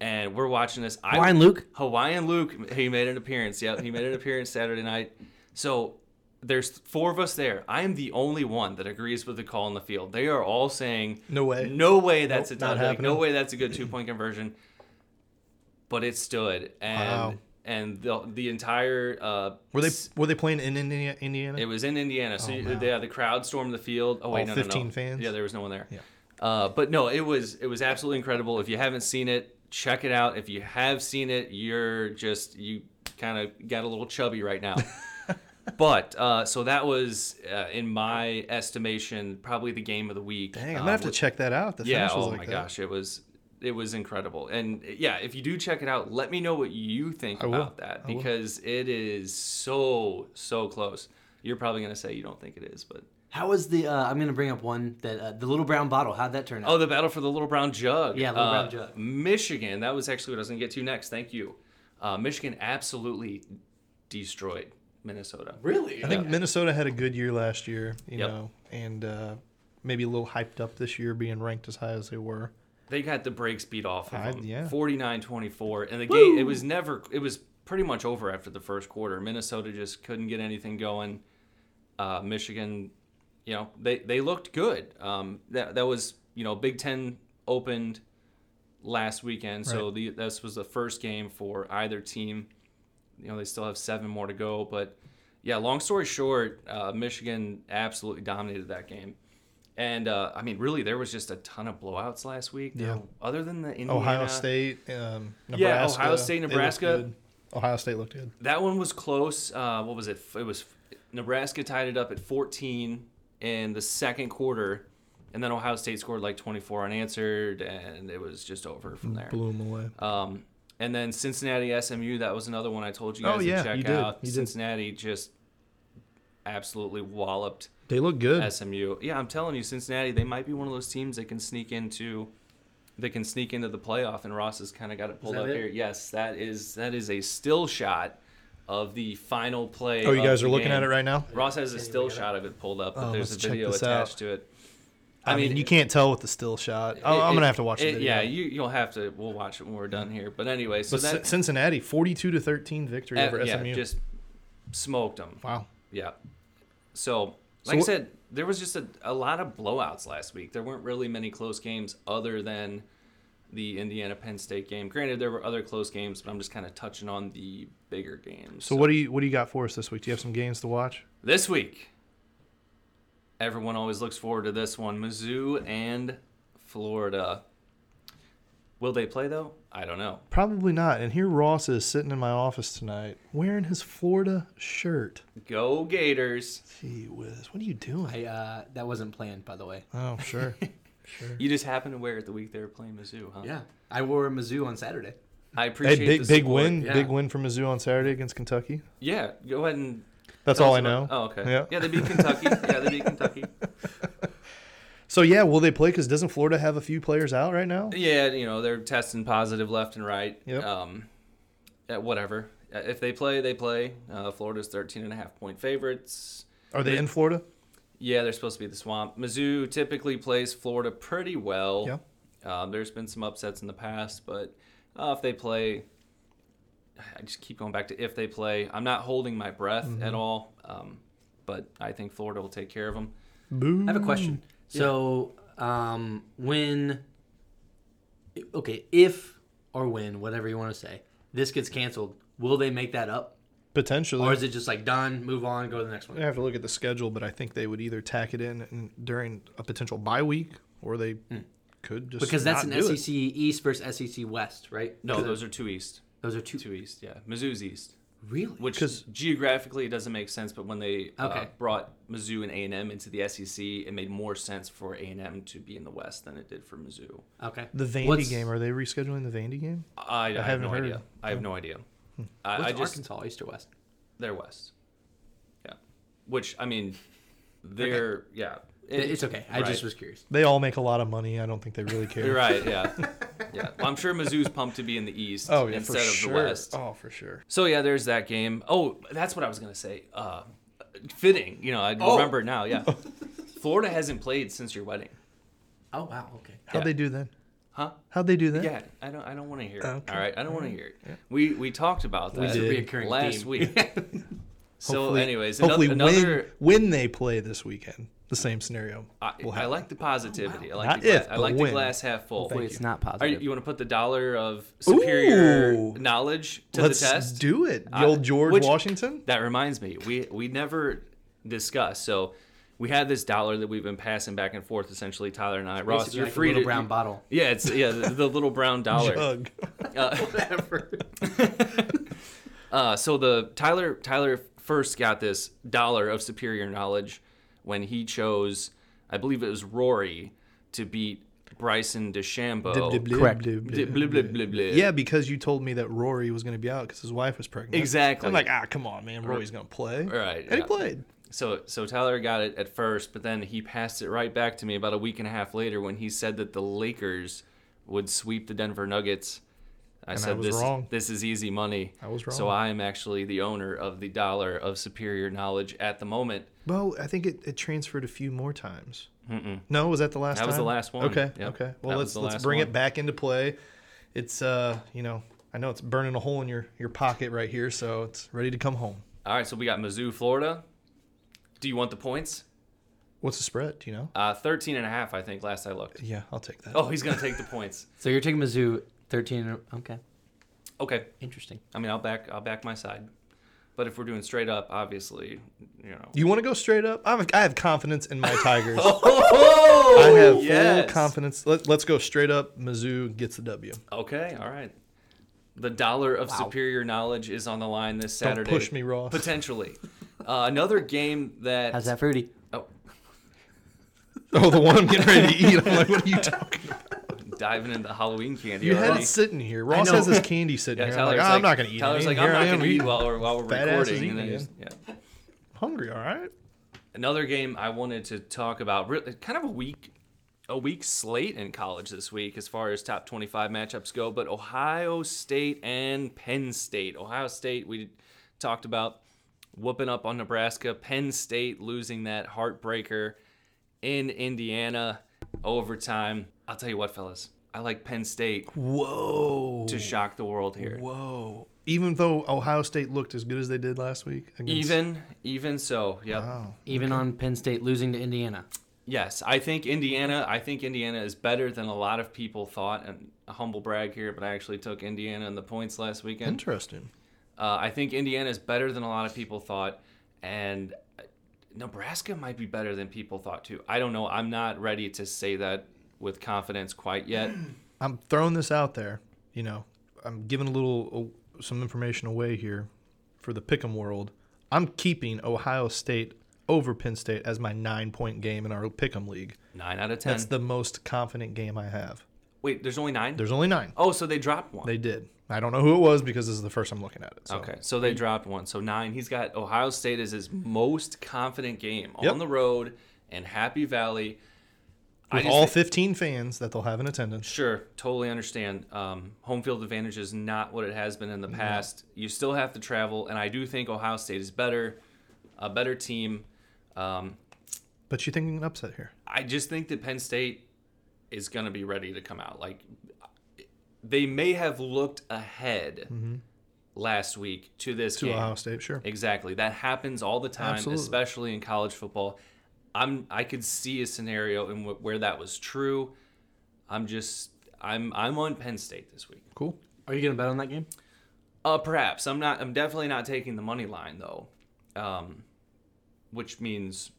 [SPEAKER 1] And we're watching this. I-
[SPEAKER 3] Hawaiian Luke?
[SPEAKER 1] Hawaiian Luke. He made an appearance. Yep, he made an appearance Saturday night. So, there's four of us there. I am the only one that agrees with the call on the field. They are all saying,
[SPEAKER 2] No way.
[SPEAKER 1] No way that's
[SPEAKER 2] Nope,
[SPEAKER 1] a
[SPEAKER 2] not
[SPEAKER 1] touchdown. Like, no
[SPEAKER 2] happening.
[SPEAKER 1] way that's a good two point conversion. But it stood. And,
[SPEAKER 2] Wow.
[SPEAKER 1] and the, the entire uh,
[SPEAKER 2] Were they were they playing in Indiana? Indiana? Oh,
[SPEAKER 1] it was in Indiana, so you- yeah, the crowd stormed the field. Oh wait,
[SPEAKER 2] All
[SPEAKER 1] no,
[SPEAKER 2] 15
[SPEAKER 1] no, no.
[SPEAKER 2] fans?
[SPEAKER 1] Yeah, there was no one there.
[SPEAKER 2] Yeah.
[SPEAKER 1] Uh, but no, it was it was absolutely incredible. If you haven't seen it, check it out. If you have seen it, you're just you kind of got a little chubby right now. but uh, so that was, uh, in my estimation, probably the game of the week.
[SPEAKER 2] Dang, I'm
[SPEAKER 1] Uh,
[SPEAKER 2] gonna have to check that out. The
[SPEAKER 1] yeah.
[SPEAKER 2] finish was
[SPEAKER 1] Oh
[SPEAKER 2] like
[SPEAKER 1] my
[SPEAKER 2] that.
[SPEAKER 1] gosh, it was it was incredible. And yeah, if you do check it out, let me know what you think
[SPEAKER 2] I will.
[SPEAKER 1] about that
[SPEAKER 2] I will.
[SPEAKER 1] because it is so so close. You're probably gonna say you don't think it is, but
[SPEAKER 3] How was the? Uh, I'm gonna bring up one that uh, the little brown bottle. How'd that turn out?
[SPEAKER 1] oh, the battle for the little brown jug. Uh,
[SPEAKER 3] Yeah, Little Brown Jug.
[SPEAKER 1] Michigan. That was actually what I was gonna get to next. Thank you. Uh, Michigan absolutely destroyed Minnesota.
[SPEAKER 3] really?
[SPEAKER 2] I think Minnesota had a good year last year, you
[SPEAKER 1] Yep.
[SPEAKER 2] know, and uh, maybe a little hyped up this year, being ranked as high as they were.
[SPEAKER 1] They got the brakes beat off
[SPEAKER 2] I-
[SPEAKER 1] of them.
[SPEAKER 2] yeah.
[SPEAKER 1] 49-24 and the game it was never it was pretty much over after the first quarter. Minnesota just couldn't get anything going. Uh, Michigan, you know, they they looked good. Um, that that was, you know, Big 10 opened last weekend. So the this was the first game for either team. You know, they still have seven more to go, but yeah, long story short, uh, Michigan absolutely dominated that game. And uh, I mean, really, there was just a ton of blowouts last week.
[SPEAKER 2] Yeah.
[SPEAKER 1] Now, Other than the Indiana,
[SPEAKER 2] Ohio State, um,
[SPEAKER 1] Yeah,
[SPEAKER 2] Nebraska.
[SPEAKER 1] Ohio State,
[SPEAKER 2] they looked
[SPEAKER 1] Nebraska.
[SPEAKER 2] good. Ohio State looked good.
[SPEAKER 1] that one was close. Uh, what was it? It was Nebraska tied it up at 14 in the second quarter, and then Ohio State scored like 24 unanswered, and it was just over from there.
[SPEAKER 2] Blew them away.
[SPEAKER 1] Um, and then Cincinnati SMU, that was another one I told you
[SPEAKER 2] Oh,
[SPEAKER 1] guys
[SPEAKER 2] yeah,
[SPEAKER 1] to check
[SPEAKER 2] you did.
[SPEAKER 1] out.
[SPEAKER 2] You did.
[SPEAKER 1] Cincinnati just absolutely walloped
[SPEAKER 2] They look good.
[SPEAKER 1] SMU. Yeah, I'm telling you, Cincinnati, they might be one of those teams that can sneak into they can sneak into the playoff and Ross has kind of got it pulled
[SPEAKER 3] that
[SPEAKER 1] up
[SPEAKER 3] it?
[SPEAKER 1] here. Yes, that is that is a still shot of the final play.
[SPEAKER 2] oh, you
[SPEAKER 1] of
[SPEAKER 2] guys
[SPEAKER 1] the
[SPEAKER 2] are looking at
[SPEAKER 1] game.
[SPEAKER 2] it right now.
[SPEAKER 1] Ross has a
[SPEAKER 3] Can you
[SPEAKER 1] still
[SPEAKER 3] bring it
[SPEAKER 1] shot of it pulled up, but
[SPEAKER 2] Oh,
[SPEAKER 1] there's a
[SPEAKER 2] let's check
[SPEAKER 1] video
[SPEAKER 2] this
[SPEAKER 1] attached
[SPEAKER 2] out.
[SPEAKER 1] to it.
[SPEAKER 2] I, mean, you can't tell with the still shot. I-
[SPEAKER 1] it-
[SPEAKER 2] Oh, I'm
[SPEAKER 1] it-
[SPEAKER 2] gonna have to watch the
[SPEAKER 1] it.
[SPEAKER 2] video.
[SPEAKER 1] Yeah, you you'll have to. We'll watch it when we're done here. But anyway, so
[SPEAKER 2] but
[SPEAKER 1] that
[SPEAKER 2] Cin- Cincinnati, 42 to 13 victory
[SPEAKER 1] Uh,
[SPEAKER 2] over
[SPEAKER 1] yeah,
[SPEAKER 2] SMU.
[SPEAKER 1] just smoked them.
[SPEAKER 2] wow.
[SPEAKER 1] Yeah. So,
[SPEAKER 2] So
[SPEAKER 1] like I
[SPEAKER 2] what-
[SPEAKER 1] said, there was just a, a lot of blowouts last week. There weren't really many close games other than the Indiana Penn State game. Granted, there were other close games, but I'm just kind of touching on the bigger games.
[SPEAKER 2] So what do you what do you got for us this week? Do you have some games to watch?
[SPEAKER 1] this week, everyone always looks forward to this one Mizzou and Florida. Will they play, though? I don't know.
[SPEAKER 2] Probably not. And here Ross is sitting in my office tonight wearing his Florida shirt.
[SPEAKER 1] Go Gators.
[SPEAKER 2] Gee whiz, what are you doing?
[SPEAKER 3] I, uh, that wasn't planned, by the way.
[SPEAKER 2] oh, sure. sure.
[SPEAKER 1] You just happened to wear it the week they were playing Mizzou, huh?
[SPEAKER 3] Yeah, I wore Mizzou on Saturday.
[SPEAKER 1] I
[SPEAKER 2] Hey,
[SPEAKER 1] appreciate
[SPEAKER 2] big
[SPEAKER 1] the
[SPEAKER 2] big
[SPEAKER 1] support.
[SPEAKER 2] win.
[SPEAKER 3] yeah.
[SPEAKER 2] Big win for Mizzou on Saturday against Kentucky.
[SPEAKER 1] Yeah, go ahead and
[SPEAKER 2] That's
[SPEAKER 1] Tell
[SPEAKER 2] all
[SPEAKER 1] us
[SPEAKER 2] I know.
[SPEAKER 1] about- oh, okay.
[SPEAKER 2] Yeah.
[SPEAKER 1] Yeah. they beat Kentucky. yeah, they beat Kentucky.
[SPEAKER 2] So yeah, will they play? Because doesn't Florida have a few players out right now?
[SPEAKER 1] Yeah, you know they're testing positive left and right.
[SPEAKER 2] Yep.
[SPEAKER 1] Um, yeah, whatever. Uh, If they play, they play. Uh, Florida's 13 and a half point favorites.
[SPEAKER 2] Are they
[SPEAKER 1] They-
[SPEAKER 2] in Florida?
[SPEAKER 1] Yeah, they're supposed to be the swamp. Mizzou typically plays Florida pretty well.
[SPEAKER 2] Yeah.
[SPEAKER 1] Um, there's been some upsets in the past, but uh, if they play, I just keep going back to if they play. I'm not holding my breath
[SPEAKER 2] Mm-hmm.
[SPEAKER 1] at all, um, but I think Florida will take care of them.
[SPEAKER 2] Boo.
[SPEAKER 3] I have a question. So, um, when, okay, if or when, whatever you want to say, this gets canceled, will they make that up,
[SPEAKER 2] Potentially.
[SPEAKER 3] or is it just like done, move on, go to the next
[SPEAKER 2] I
[SPEAKER 3] one?
[SPEAKER 2] have to look at the schedule, but I think they would either tack it in in- during a potential bye week, or they could just
[SPEAKER 3] Hmm. Because that's
[SPEAKER 2] not
[SPEAKER 3] an E
[SPEAKER 2] do it.
[SPEAKER 3] SEC East versus SEC West, right?
[SPEAKER 1] No,
[SPEAKER 3] Is it-
[SPEAKER 1] those are two east.
[SPEAKER 3] those are two.
[SPEAKER 1] Two east, yeah. Mizzou's east.
[SPEAKER 3] Really?
[SPEAKER 1] which
[SPEAKER 2] 'Cause-
[SPEAKER 1] geographically it doesn't make sense. But when they uh,
[SPEAKER 3] Okay.
[SPEAKER 1] brought Mizzou and A and M into the SEC, it made more sense for A and M to be in the West than it did for Mizzou.
[SPEAKER 3] Okay.
[SPEAKER 2] The Vandy
[SPEAKER 3] What's-
[SPEAKER 2] game. Are they rescheduling the Vandy game?
[SPEAKER 1] I, I, have
[SPEAKER 2] haven't
[SPEAKER 1] no
[SPEAKER 2] heard. Hmm.
[SPEAKER 1] idea. I have no idea.
[SPEAKER 3] What's
[SPEAKER 1] I, I just
[SPEAKER 3] Arkansas East or West?
[SPEAKER 1] they're West. Yeah, which I mean, they're yeah. It-
[SPEAKER 3] It's okay. I just
[SPEAKER 1] right.
[SPEAKER 3] was curious.
[SPEAKER 2] They all make a lot of money. I don't think they really care.
[SPEAKER 1] You're right. Yeah, yeah. I'm sure Mizzou's pumped to be in the East
[SPEAKER 2] Oh yeah,
[SPEAKER 1] instead
[SPEAKER 2] for
[SPEAKER 1] of
[SPEAKER 2] sure.
[SPEAKER 1] the West.
[SPEAKER 2] Oh, for sure.
[SPEAKER 1] So yeah, there's that game. Oh, that's what I was gonna say. Uh, fitting, you know, I
[SPEAKER 2] Oh.
[SPEAKER 1] remember now. Yeah, Florida hasn't played since your wedding,
[SPEAKER 3] Oh wow. Okay.
[SPEAKER 2] How'd
[SPEAKER 1] Yeah.
[SPEAKER 2] they do then?
[SPEAKER 1] huh?
[SPEAKER 2] How'd they do that?
[SPEAKER 1] Yeah, I don't. I don't want to hear it.
[SPEAKER 2] Okay.
[SPEAKER 1] All right, I don't want to hear it. We we talked about that
[SPEAKER 2] did.
[SPEAKER 3] It's a reoccurring
[SPEAKER 1] last
[SPEAKER 3] theme.
[SPEAKER 1] week. so,
[SPEAKER 2] Hopefully-
[SPEAKER 1] anyways,
[SPEAKER 2] hopefully
[SPEAKER 1] another.
[SPEAKER 2] when-
[SPEAKER 1] another
[SPEAKER 2] when they play this weekend, the same scenario.
[SPEAKER 1] I,
[SPEAKER 2] will
[SPEAKER 1] I
[SPEAKER 2] happen.
[SPEAKER 1] like the positivity. I
[SPEAKER 2] Not
[SPEAKER 1] like the glass,
[SPEAKER 2] if,
[SPEAKER 1] I
[SPEAKER 2] but
[SPEAKER 1] like
[SPEAKER 2] when.
[SPEAKER 1] the glass half full.
[SPEAKER 3] Hopefully, it's not
[SPEAKER 1] Are you,
[SPEAKER 3] positive.
[SPEAKER 1] you want to put the dollar of superior
[SPEAKER 2] Ooh.
[SPEAKER 1] knowledge to
[SPEAKER 2] Let's
[SPEAKER 1] the test?
[SPEAKER 2] do it. The
[SPEAKER 1] I-
[SPEAKER 2] old George
[SPEAKER 1] which-
[SPEAKER 2] Washington.
[SPEAKER 1] That reminds me, we we never discussed. So we had this dollar that we've been passing back and forth, essentially. Tyler and I. Ross,
[SPEAKER 3] Basically
[SPEAKER 1] you're
[SPEAKER 3] like a
[SPEAKER 1] free
[SPEAKER 3] little
[SPEAKER 1] to
[SPEAKER 3] brown bottle.
[SPEAKER 1] Yeah, it's yeah the, the little brown dollar.
[SPEAKER 2] Jug.
[SPEAKER 1] Uh,
[SPEAKER 3] Whatever.
[SPEAKER 1] uh, so the Tyler Tyler first got this dollar of superior knowledge when he chose, I believe it was Rory to beat Bryson DeChambeau.
[SPEAKER 2] Dib, dib, dib,
[SPEAKER 3] correct.
[SPEAKER 2] dib,
[SPEAKER 1] Di-
[SPEAKER 2] dib,
[SPEAKER 1] blib, blib,
[SPEAKER 2] dib.
[SPEAKER 1] blib, blib.
[SPEAKER 2] Yeah, because you told me that Rory was going to be out because his wife was pregnant.
[SPEAKER 1] Exactly.
[SPEAKER 2] I'm like, ah, come on, man. Rory's going to play.
[SPEAKER 1] Right,
[SPEAKER 2] And he
[SPEAKER 1] yeah.
[SPEAKER 2] played.
[SPEAKER 1] So so Tyler got it at first, but then he passed it right back to me about a week and a half later when he said that the Lakers would sweep the Denver Nuggets I
[SPEAKER 2] And I
[SPEAKER 1] said
[SPEAKER 2] was
[SPEAKER 1] this
[SPEAKER 2] wrong.
[SPEAKER 1] this is easy money.
[SPEAKER 2] I was
[SPEAKER 1] So
[SPEAKER 2] wrong.
[SPEAKER 1] I am actually the owner of the dollar of superior knowledge at the moment.
[SPEAKER 2] Well, I think it, it transferred a few more times. Mm-mm. No, was that the last?
[SPEAKER 1] That was the
[SPEAKER 2] time?
[SPEAKER 1] last one.
[SPEAKER 2] Okay,
[SPEAKER 1] Yep.
[SPEAKER 2] okay. Well,
[SPEAKER 1] That was
[SPEAKER 2] let's
[SPEAKER 1] the
[SPEAKER 2] let's
[SPEAKER 1] last
[SPEAKER 2] bring it
[SPEAKER 1] one.
[SPEAKER 2] back into play. It's uh, you know, I know it's burning a hole in your your pocket right here, so it's ready to come home.
[SPEAKER 1] All right, so we got Mizzou, Florida. Do you want the points?
[SPEAKER 2] What's the spread? Do you know?
[SPEAKER 1] Uh, 13 and a half, I think, last I looked.
[SPEAKER 2] Yeah, I'll take that.
[SPEAKER 1] Oh, he's going to take the points.
[SPEAKER 3] So you're taking Mizzou 13. Okay,
[SPEAKER 1] Okay.
[SPEAKER 3] interesting.
[SPEAKER 1] I mean, I'll back I'll back my side. But if we're doing straight up, obviously, you know.
[SPEAKER 2] You want to go straight up? I have, I have confidence in my Tigers.
[SPEAKER 1] Oh,
[SPEAKER 2] I have
[SPEAKER 1] yes.
[SPEAKER 2] full confidence. Let, let's go straight up. Mizzou gets the W.
[SPEAKER 1] Okay, all right. The dollar of superior knowledge is on the line this Saturday.
[SPEAKER 2] push me, Ross.
[SPEAKER 1] Potentially. Uh, another game that.
[SPEAKER 3] How's that fruity?
[SPEAKER 1] Oh,
[SPEAKER 2] Oh, the one I'm getting ready to eat. I'm like, what are you talking about?
[SPEAKER 1] diving into Halloween candy
[SPEAKER 2] You had
[SPEAKER 1] already.
[SPEAKER 2] it sitting here. Ross
[SPEAKER 1] know.
[SPEAKER 2] has his candy sitting
[SPEAKER 1] Yeah,
[SPEAKER 2] here. I'm like,
[SPEAKER 1] Tyler's
[SPEAKER 2] "Ah, I'm not
[SPEAKER 1] like-
[SPEAKER 2] going to eat
[SPEAKER 1] Tyler's
[SPEAKER 2] it.
[SPEAKER 1] like,
[SPEAKER 2] Here
[SPEAKER 1] I'm not
[SPEAKER 2] I am
[SPEAKER 1] going to eat
[SPEAKER 2] eating.
[SPEAKER 1] while we're, while we're
[SPEAKER 2] Fat ass is
[SPEAKER 1] recording. And then
[SPEAKER 2] eating
[SPEAKER 1] just- yeah.
[SPEAKER 2] hungry, all right?
[SPEAKER 1] another game I wanted to talk about, really, kind of a week, a week slate in college this week as far as top 25 matchups go. But Ohio State and Penn State. Ohio State, we talked about whooping up on Nebraska. Penn State losing that heartbreaker in Indiana overtime. I'll tell you what, fellas, I like Penn State
[SPEAKER 2] Whoa.
[SPEAKER 1] to shock the world here.
[SPEAKER 2] Whoa. Even though Ohio State looked as good as they did last week against
[SPEAKER 1] Even, even so, yep.
[SPEAKER 2] Wow.
[SPEAKER 3] Even on Penn State losing to Indiana.
[SPEAKER 1] Yes, I think Indiana. I think Indiana is better than a lot of people thought. And a humble brag here, but I actually took Indiana in the points last weekend.
[SPEAKER 2] Interesting.
[SPEAKER 1] Uh, I think Indiana is better than a lot of people thought, and uh, Nebraska might be better than people thought too. I don't know. I'm not ready to say that with confidence quite yet.
[SPEAKER 2] I'm throwing this out there. You know, I'm giving a little uh, some information away here for the pick'em world. I'm keeping Ohio State over Penn State as my nine point game in our pick'em league.
[SPEAKER 1] Nine out of ten.
[SPEAKER 2] That's the most confident game I have.
[SPEAKER 1] Wait, there's only nine.
[SPEAKER 2] There's only nine.
[SPEAKER 1] Oh, so they dropped one.
[SPEAKER 2] They did. I don't know who it was because this is the first I'm looking at it. So.
[SPEAKER 1] Okay, so they dropped one. So nine. He's got Ohio State as his most confident game
[SPEAKER 2] Yep.
[SPEAKER 1] on the road in Happy Valley.
[SPEAKER 2] With
[SPEAKER 1] just
[SPEAKER 2] all
[SPEAKER 1] thi-
[SPEAKER 2] 15 fans that they'll have in attendance.
[SPEAKER 1] Sure, totally understand. Um, home field advantage is not what it has been in the
[SPEAKER 2] Mm-hmm.
[SPEAKER 1] past. You still have to travel, and I do think Ohio State is better, a better team. Um,
[SPEAKER 2] But you thinking an upset here?
[SPEAKER 1] I just think that Penn State is going to be ready to come out. Like they may have looked ahead last week to this
[SPEAKER 2] Mm-hmm. To
[SPEAKER 1] game.
[SPEAKER 2] Ohio State, sure.
[SPEAKER 1] Exactly. That happens all the time,
[SPEAKER 2] Absolutely.
[SPEAKER 1] especially in college football. I'm I could see a scenario in wh- where that was true. I'm just I'm I'm on Penn State this week.
[SPEAKER 2] Cool.
[SPEAKER 3] Are you gonna bet on that game?
[SPEAKER 1] Uh, perhaps I'm not. I'm definitely not taking the money line though, um, which means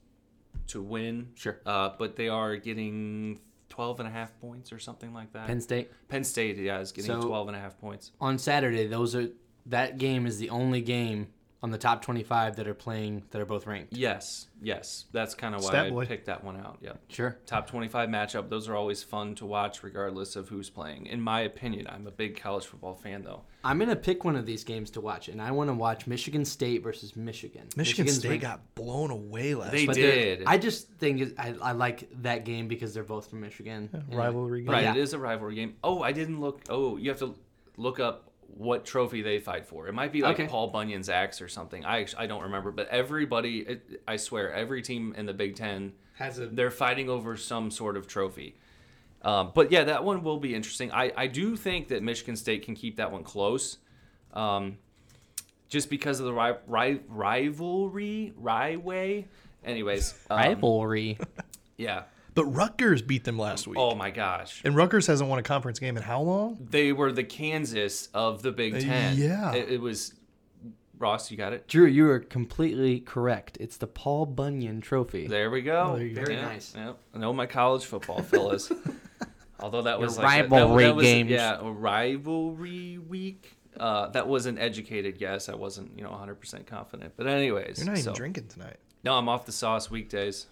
[SPEAKER 1] to win.
[SPEAKER 3] Sure.
[SPEAKER 1] Uh, but they are getting 12 and a half points or something like that.
[SPEAKER 3] Penn State
[SPEAKER 1] Penn State, yeah, is getting
[SPEAKER 3] So-
[SPEAKER 1] 12 and a half points.
[SPEAKER 3] on Saturday. Those are that game is the only game on the top 25 that are playing that are both ranked.
[SPEAKER 1] Yes, yes, that's kind of why
[SPEAKER 2] Stat
[SPEAKER 1] I
[SPEAKER 2] boy.
[SPEAKER 1] picked that one out. Yep.
[SPEAKER 3] Sure.
[SPEAKER 1] top 25 matchup. Those are always fun to watch, regardless of who's playing. In my opinion, I'm a big college football fan, though.
[SPEAKER 3] I'm gonna pick one of these games to watch, and I want to watch Michigan State versus Michigan.
[SPEAKER 2] Michigan
[SPEAKER 3] Michigan's
[SPEAKER 2] State
[SPEAKER 3] ranked-
[SPEAKER 2] got blown away last
[SPEAKER 1] They
[SPEAKER 2] week.
[SPEAKER 3] but they're-
[SPEAKER 1] did.
[SPEAKER 3] I just think it- I, I like that game because they're both from Michigan. And-
[SPEAKER 2] Rivalry game.
[SPEAKER 1] Right,
[SPEAKER 3] Oh, Yeah.
[SPEAKER 1] it is a rivalry game. Oh, I didn't look. Oh, you have to look up what trophy they fight for. It might be like
[SPEAKER 3] Okay.
[SPEAKER 1] Paul Bunyan's axe or something. I actu- I don't remember, but everybody, it, I swear, every team in the Big Ten
[SPEAKER 3] Has a-
[SPEAKER 1] They're fighting over some sort of trophy. Um, but yeah, that one will be interesting. I, I do think that Michigan State can keep that one close, um, just because of the ri- ri- rivalry, riway. Anyways, um,
[SPEAKER 3] Rivalry.
[SPEAKER 1] yeah.
[SPEAKER 2] But Rutgers beat them last week.
[SPEAKER 1] Oh my gosh.
[SPEAKER 2] And Rutgers hasn't won a conference game in how long?
[SPEAKER 1] they were the Kansas of the Big Ten.
[SPEAKER 2] yeah.
[SPEAKER 1] it, it was. Ross, you got it.
[SPEAKER 3] Drew, you are completely correct. It's the Paul Bunyan Trophy.
[SPEAKER 1] There we go.
[SPEAKER 2] Oh, There you go.
[SPEAKER 3] Very
[SPEAKER 1] Yeah,
[SPEAKER 3] nice.
[SPEAKER 1] yeah. I know my college football, fellas. Although that was
[SPEAKER 3] Your
[SPEAKER 1] like that- that-
[SPEAKER 3] rivalry
[SPEAKER 1] that was-
[SPEAKER 3] games.
[SPEAKER 1] Yeah, a rivalry week. Uh, that was an educated guess. I wasn't, you know, 100% confident. But anyways,
[SPEAKER 2] You're not even
[SPEAKER 1] so-
[SPEAKER 2] drinking tonight.
[SPEAKER 1] No, I'm off the sauce weekdays.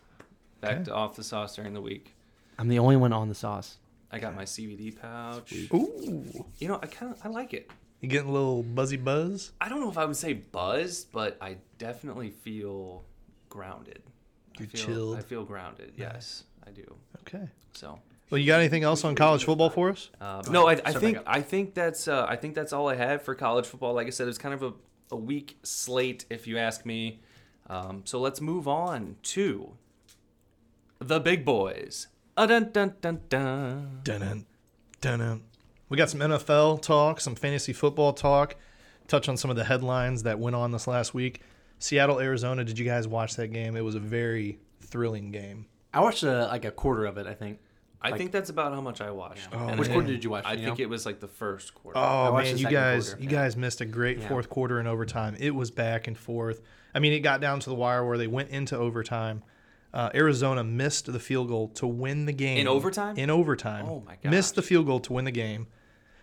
[SPEAKER 1] Back
[SPEAKER 2] Okay.
[SPEAKER 1] to off the sauce during the week.
[SPEAKER 3] I'm the only one on the sauce.
[SPEAKER 1] I got my CBD pouch.
[SPEAKER 2] Ooh.
[SPEAKER 1] You know, I kind of I like it.
[SPEAKER 2] You getting a little buzzy buzz?
[SPEAKER 1] I don't know if I would say buzzed, but I definitely feel grounded. I
[SPEAKER 2] You're
[SPEAKER 1] feel,
[SPEAKER 2] chilled.
[SPEAKER 1] I feel grounded. Yes, I do.
[SPEAKER 2] Okay.
[SPEAKER 1] So
[SPEAKER 2] Well, you got anything else on college football for us?
[SPEAKER 1] Uh, no, I, I
[SPEAKER 2] Sorry,
[SPEAKER 1] think
[SPEAKER 2] I got-
[SPEAKER 1] I think that's uh, I think that's all I had for college football. Like I said, it's kind of a, a weak slate, if you ask me. Um, so let's move on to the big boys. Uh, dun, dun, dun, dun.
[SPEAKER 2] Dun-dun, dun-dun. We got some NFL talk, some fantasy football talk, touch on some of the headlines that went on this last week. Seattle, Arizona, did you guys watch that game? It was a very thrilling game.
[SPEAKER 3] I watched uh like a quarter of it, I think.
[SPEAKER 1] I think that's about how much I watched.
[SPEAKER 2] Oh,
[SPEAKER 1] And
[SPEAKER 2] Which
[SPEAKER 1] I-
[SPEAKER 2] quarter
[SPEAKER 3] did you watch,
[SPEAKER 1] I
[SPEAKER 3] do you
[SPEAKER 1] think
[SPEAKER 3] know?
[SPEAKER 1] it was like the first quarter.
[SPEAKER 2] Oh
[SPEAKER 3] watched
[SPEAKER 2] man,
[SPEAKER 3] the
[SPEAKER 2] you
[SPEAKER 3] second
[SPEAKER 2] guys,
[SPEAKER 3] quarter.
[SPEAKER 2] you
[SPEAKER 3] Yeah.
[SPEAKER 2] guys missed a great
[SPEAKER 3] Yeah.
[SPEAKER 2] fourth quarter and overtime. It was back and forth. I mean, it got down to the wire where they went into overtime. Uh, Arizona missed the field goal to win the game
[SPEAKER 1] In overtime?
[SPEAKER 2] In overtime,
[SPEAKER 1] Oh, my
[SPEAKER 2] missed the field goal to win the game.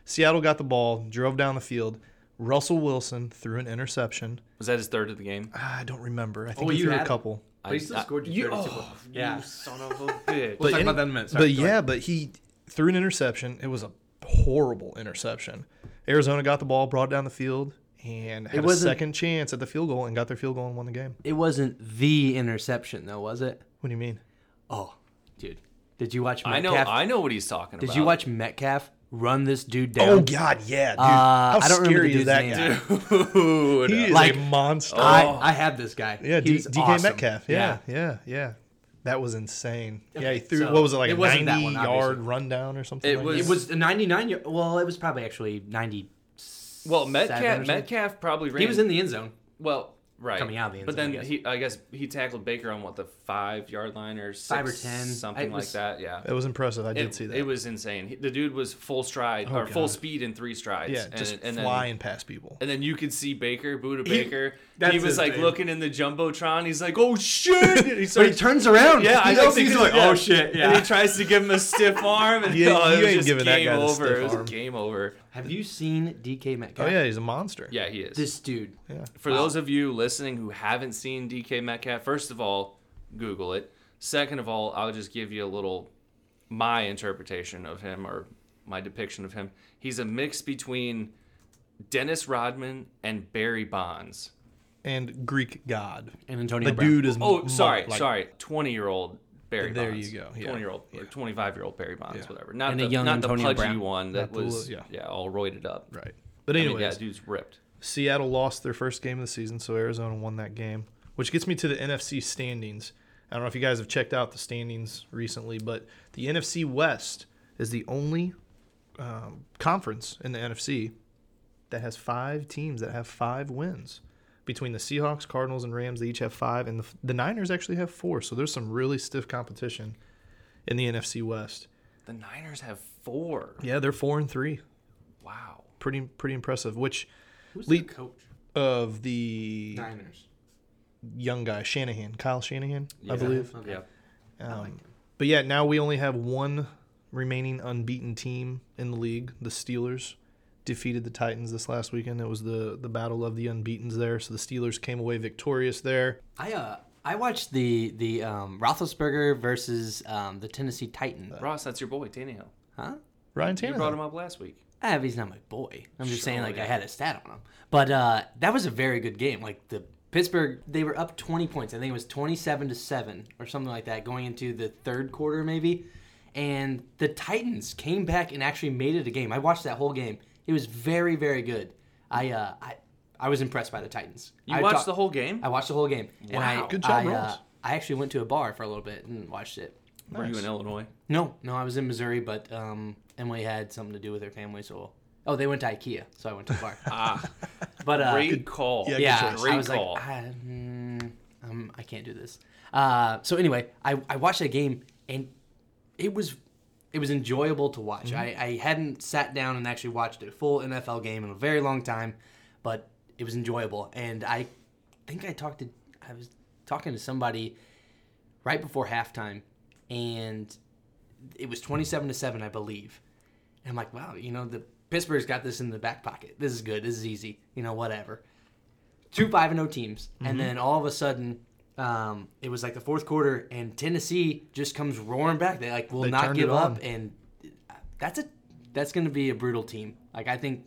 [SPEAKER 2] Seattle got the ball, drove down the field. Russell Wilson threw an interception.
[SPEAKER 1] Was that his third of the game?
[SPEAKER 2] Ah, I don't remember. I think
[SPEAKER 3] Oh,
[SPEAKER 2] he
[SPEAKER 3] you
[SPEAKER 2] threw a
[SPEAKER 3] had it.
[SPEAKER 2] couple.
[SPEAKER 1] But he still
[SPEAKER 3] scored
[SPEAKER 1] you-
[SPEAKER 3] Oh, yeah.
[SPEAKER 1] Son of a bitch.
[SPEAKER 3] We'll
[SPEAKER 2] But
[SPEAKER 3] talk
[SPEAKER 2] in-
[SPEAKER 3] about that in a
[SPEAKER 2] But
[SPEAKER 3] minute. Sorry, go
[SPEAKER 2] yeah, but he threw an interception. It was a horrible interception. Arizona got the ball, brought it down the field, and had a
[SPEAKER 3] wasn't-
[SPEAKER 2] second chance at the field goal and got their field goal and won the game.
[SPEAKER 3] It wasn't the interception though, was it?
[SPEAKER 2] What do you mean?
[SPEAKER 3] Oh, dude. Did you watch Metcalf?
[SPEAKER 1] I know I know what he's talking
[SPEAKER 3] Did
[SPEAKER 1] about.
[SPEAKER 3] you watch Metcalf run this dude down?
[SPEAKER 2] Oh God, yeah, dude.
[SPEAKER 3] Uh,
[SPEAKER 2] How
[SPEAKER 3] I don't remember
[SPEAKER 2] scary
[SPEAKER 3] the
[SPEAKER 2] is that
[SPEAKER 3] dude's
[SPEAKER 2] guy?
[SPEAKER 3] name.
[SPEAKER 1] Dude.
[SPEAKER 2] He is
[SPEAKER 3] Like-
[SPEAKER 2] a monster.
[SPEAKER 1] Oh.
[SPEAKER 3] I, I have this guy.
[SPEAKER 2] yeah, D-
[SPEAKER 3] He's
[SPEAKER 2] DK
[SPEAKER 3] awesome.
[SPEAKER 2] Metcalf. Yeah, yeah, yeah, That was insane. yeah, he threw
[SPEAKER 3] so
[SPEAKER 2] what was it like
[SPEAKER 3] it
[SPEAKER 2] a
[SPEAKER 3] wasn't that one,
[SPEAKER 2] ninety-yard
[SPEAKER 3] obviously.
[SPEAKER 2] rundown or something?
[SPEAKER 1] It
[SPEAKER 2] like
[SPEAKER 1] was-
[SPEAKER 2] that?
[SPEAKER 3] It was a 99 year well, it was probably actually 90
[SPEAKER 1] Well,
[SPEAKER 3] Seven or
[SPEAKER 1] Metcalf
[SPEAKER 3] something.
[SPEAKER 1] Metcalf probably ran.
[SPEAKER 3] He was in the end zone.
[SPEAKER 1] Well, right.
[SPEAKER 3] Coming out of the end
[SPEAKER 1] But
[SPEAKER 3] zone,
[SPEAKER 1] then
[SPEAKER 3] I guess.
[SPEAKER 1] he, I guess he tackled Baker on what the five yard line or six,
[SPEAKER 3] Five or 10.
[SPEAKER 1] something
[SPEAKER 3] It was-
[SPEAKER 1] like that. Yeah,
[SPEAKER 2] It was impressive. I did
[SPEAKER 1] it,
[SPEAKER 2] see that.
[SPEAKER 1] It was insane. He- The dude was full stride
[SPEAKER 3] Oh,
[SPEAKER 1] or
[SPEAKER 2] God.
[SPEAKER 1] full speed in three strides.
[SPEAKER 2] yeah, just
[SPEAKER 1] and
[SPEAKER 2] flying
[SPEAKER 1] Then,
[SPEAKER 2] past people.
[SPEAKER 1] and then you could see Baker, Buda Baker. He,
[SPEAKER 3] that's
[SPEAKER 1] was
[SPEAKER 3] his
[SPEAKER 1] like
[SPEAKER 3] name.
[SPEAKER 1] looking in the jumbotron. He's like, "Oh shit!" And he
[SPEAKER 3] But he
[SPEAKER 1] starts,
[SPEAKER 3] turns around.
[SPEAKER 1] yeah, I
[SPEAKER 3] he
[SPEAKER 1] don't
[SPEAKER 3] looks,
[SPEAKER 1] think
[SPEAKER 3] he's
[SPEAKER 1] it was-
[SPEAKER 3] like,
[SPEAKER 1] yeah.
[SPEAKER 3] oh shit.
[SPEAKER 1] And
[SPEAKER 3] Yeah.
[SPEAKER 1] he tries to give him a stiff arm, and
[SPEAKER 2] You-
[SPEAKER 1] oh, it
[SPEAKER 2] you
[SPEAKER 1] was
[SPEAKER 2] ain't
[SPEAKER 1] just
[SPEAKER 2] giving that
[SPEAKER 1] game
[SPEAKER 2] guy the
[SPEAKER 1] over.
[SPEAKER 2] stiff
[SPEAKER 1] it was
[SPEAKER 2] arm.
[SPEAKER 1] game over.
[SPEAKER 3] have you seen DK Metcalf?
[SPEAKER 2] Oh yeah, he's a monster.
[SPEAKER 1] Yeah, he is.
[SPEAKER 3] This dude.
[SPEAKER 2] yeah.
[SPEAKER 1] For those of you listening who haven't seen DK Metcalf, first of all, Google it. Second of all, I'll just give you a little my interpretation of him or my depiction of him. He's a mix between Dennis Rodman and Barry Bonds.
[SPEAKER 2] And Greek god.
[SPEAKER 3] And Antonio
[SPEAKER 2] The
[SPEAKER 3] Brown.
[SPEAKER 2] dude is
[SPEAKER 1] Oh,
[SPEAKER 2] mo-
[SPEAKER 1] sorry,
[SPEAKER 2] like-
[SPEAKER 1] sorry, twenty-year-old Barry.
[SPEAKER 2] There
[SPEAKER 1] Bonds.
[SPEAKER 2] you go, yeah,
[SPEAKER 1] Twenty-year-old
[SPEAKER 2] yeah.
[SPEAKER 1] or twenty-five-year-old Barry Bonds,
[SPEAKER 2] Yeah.
[SPEAKER 1] whatever. Not
[SPEAKER 3] And a
[SPEAKER 1] the
[SPEAKER 3] young
[SPEAKER 1] not
[SPEAKER 3] Antonio
[SPEAKER 1] the pudgy
[SPEAKER 3] Brown.
[SPEAKER 1] one that
[SPEAKER 2] Not the
[SPEAKER 1] was
[SPEAKER 2] little-
[SPEAKER 1] yeah. all roided up.
[SPEAKER 2] Right. But
[SPEAKER 1] I mean,
[SPEAKER 2] anyways,
[SPEAKER 1] yeah, dude's ripped.
[SPEAKER 2] Seattle lost their first game of the season, so Arizona won that game, which gets me to the NFC standings. I don't know if you guys have checked out the standings recently, but the NFC West is the only um, conference in the NFC that has five teams that have five wins. Between the Seahawks, Cardinals, and Rams, they each have five, and the, the Niners actually have four. So there's some really stiff competition in the NFC West.
[SPEAKER 1] The Niners have four.
[SPEAKER 2] Yeah, they're four and three.
[SPEAKER 1] Wow.
[SPEAKER 2] Pretty pretty impressive. Which
[SPEAKER 3] Who's
[SPEAKER 2] Lee-
[SPEAKER 3] the coach?
[SPEAKER 2] of the
[SPEAKER 3] Niners.
[SPEAKER 2] young guy, Shanahan, Kyle Shanahan, I
[SPEAKER 1] Yeah.
[SPEAKER 2] believe.
[SPEAKER 3] Okay.
[SPEAKER 1] Yeah.
[SPEAKER 2] Um,
[SPEAKER 3] liked him.
[SPEAKER 2] but yeah, now we only have one remaining unbeaten team in the league. The Steelers defeated the Titans this last weekend. It was the the battle of the unbeaten's there. So the Steelers came away victorious there.
[SPEAKER 3] I uh I watched the the um, Roethlisberger versus um, the Tennessee Titans.
[SPEAKER 1] Ross, that's your boy Tannehill.
[SPEAKER 3] Huh?
[SPEAKER 2] Ryan
[SPEAKER 1] You brought him
[SPEAKER 2] Tannehill.
[SPEAKER 1] up last week.
[SPEAKER 3] I have, Eh, he's not my boy. I'm just saying,
[SPEAKER 1] Sure,
[SPEAKER 3] like,
[SPEAKER 1] yeah.
[SPEAKER 3] I had a stat on him. But uh, that was a very good game. Like, the Pittsburgh, they were up 20 points. I think it was 27 to 7 or something like that going into the third quarter, maybe. And the Titans came back and actually made it a game. I watched that whole game. It was very, very good. I, uh, I, I was impressed by the Titans.
[SPEAKER 1] You
[SPEAKER 3] I
[SPEAKER 1] watched
[SPEAKER 3] talk-
[SPEAKER 1] the whole game?
[SPEAKER 3] I watched the whole game. And
[SPEAKER 1] Wow.
[SPEAKER 3] I,
[SPEAKER 2] Good job,
[SPEAKER 3] I, uh,
[SPEAKER 2] Ross.
[SPEAKER 3] I actually went to a bar for a little bit and watched it.
[SPEAKER 1] Were you
[SPEAKER 2] Nice.
[SPEAKER 1] in Illinois?
[SPEAKER 3] No, no, I was in Missouri, but um, Emily had something to do with her family, so oh, they went to IKEA, so I went to the bar.
[SPEAKER 1] Ah,
[SPEAKER 3] but uh,
[SPEAKER 1] great call.
[SPEAKER 2] yeah,
[SPEAKER 3] yeah,
[SPEAKER 2] choice.
[SPEAKER 1] great
[SPEAKER 3] I was
[SPEAKER 1] call.
[SPEAKER 3] like, I, mm, um, I can't do this. Uh, so anyway, I, I watched that game, and it was it was enjoyable to watch.
[SPEAKER 1] Mm-hmm.
[SPEAKER 3] I, I hadn't sat down and actually watched a full NFL game in a very long time, but it was enjoyable. And I think I talked to I was talking to somebody right before halftime, and it was twenty seven to seven, I believe. And I'm like, wow, you know, the Pittsburgh's got this in the back pocket. This is good. This is easy. You know, whatever. Two five and no teams, and then all of a sudden, um, it was like the fourth quarter, and Tennessee just comes roaring back. They like will
[SPEAKER 2] They
[SPEAKER 3] not
[SPEAKER 2] turned
[SPEAKER 3] give
[SPEAKER 2] it on.
[SPEAKER 3] up, and that's a that's going to be a brutal team. Like I think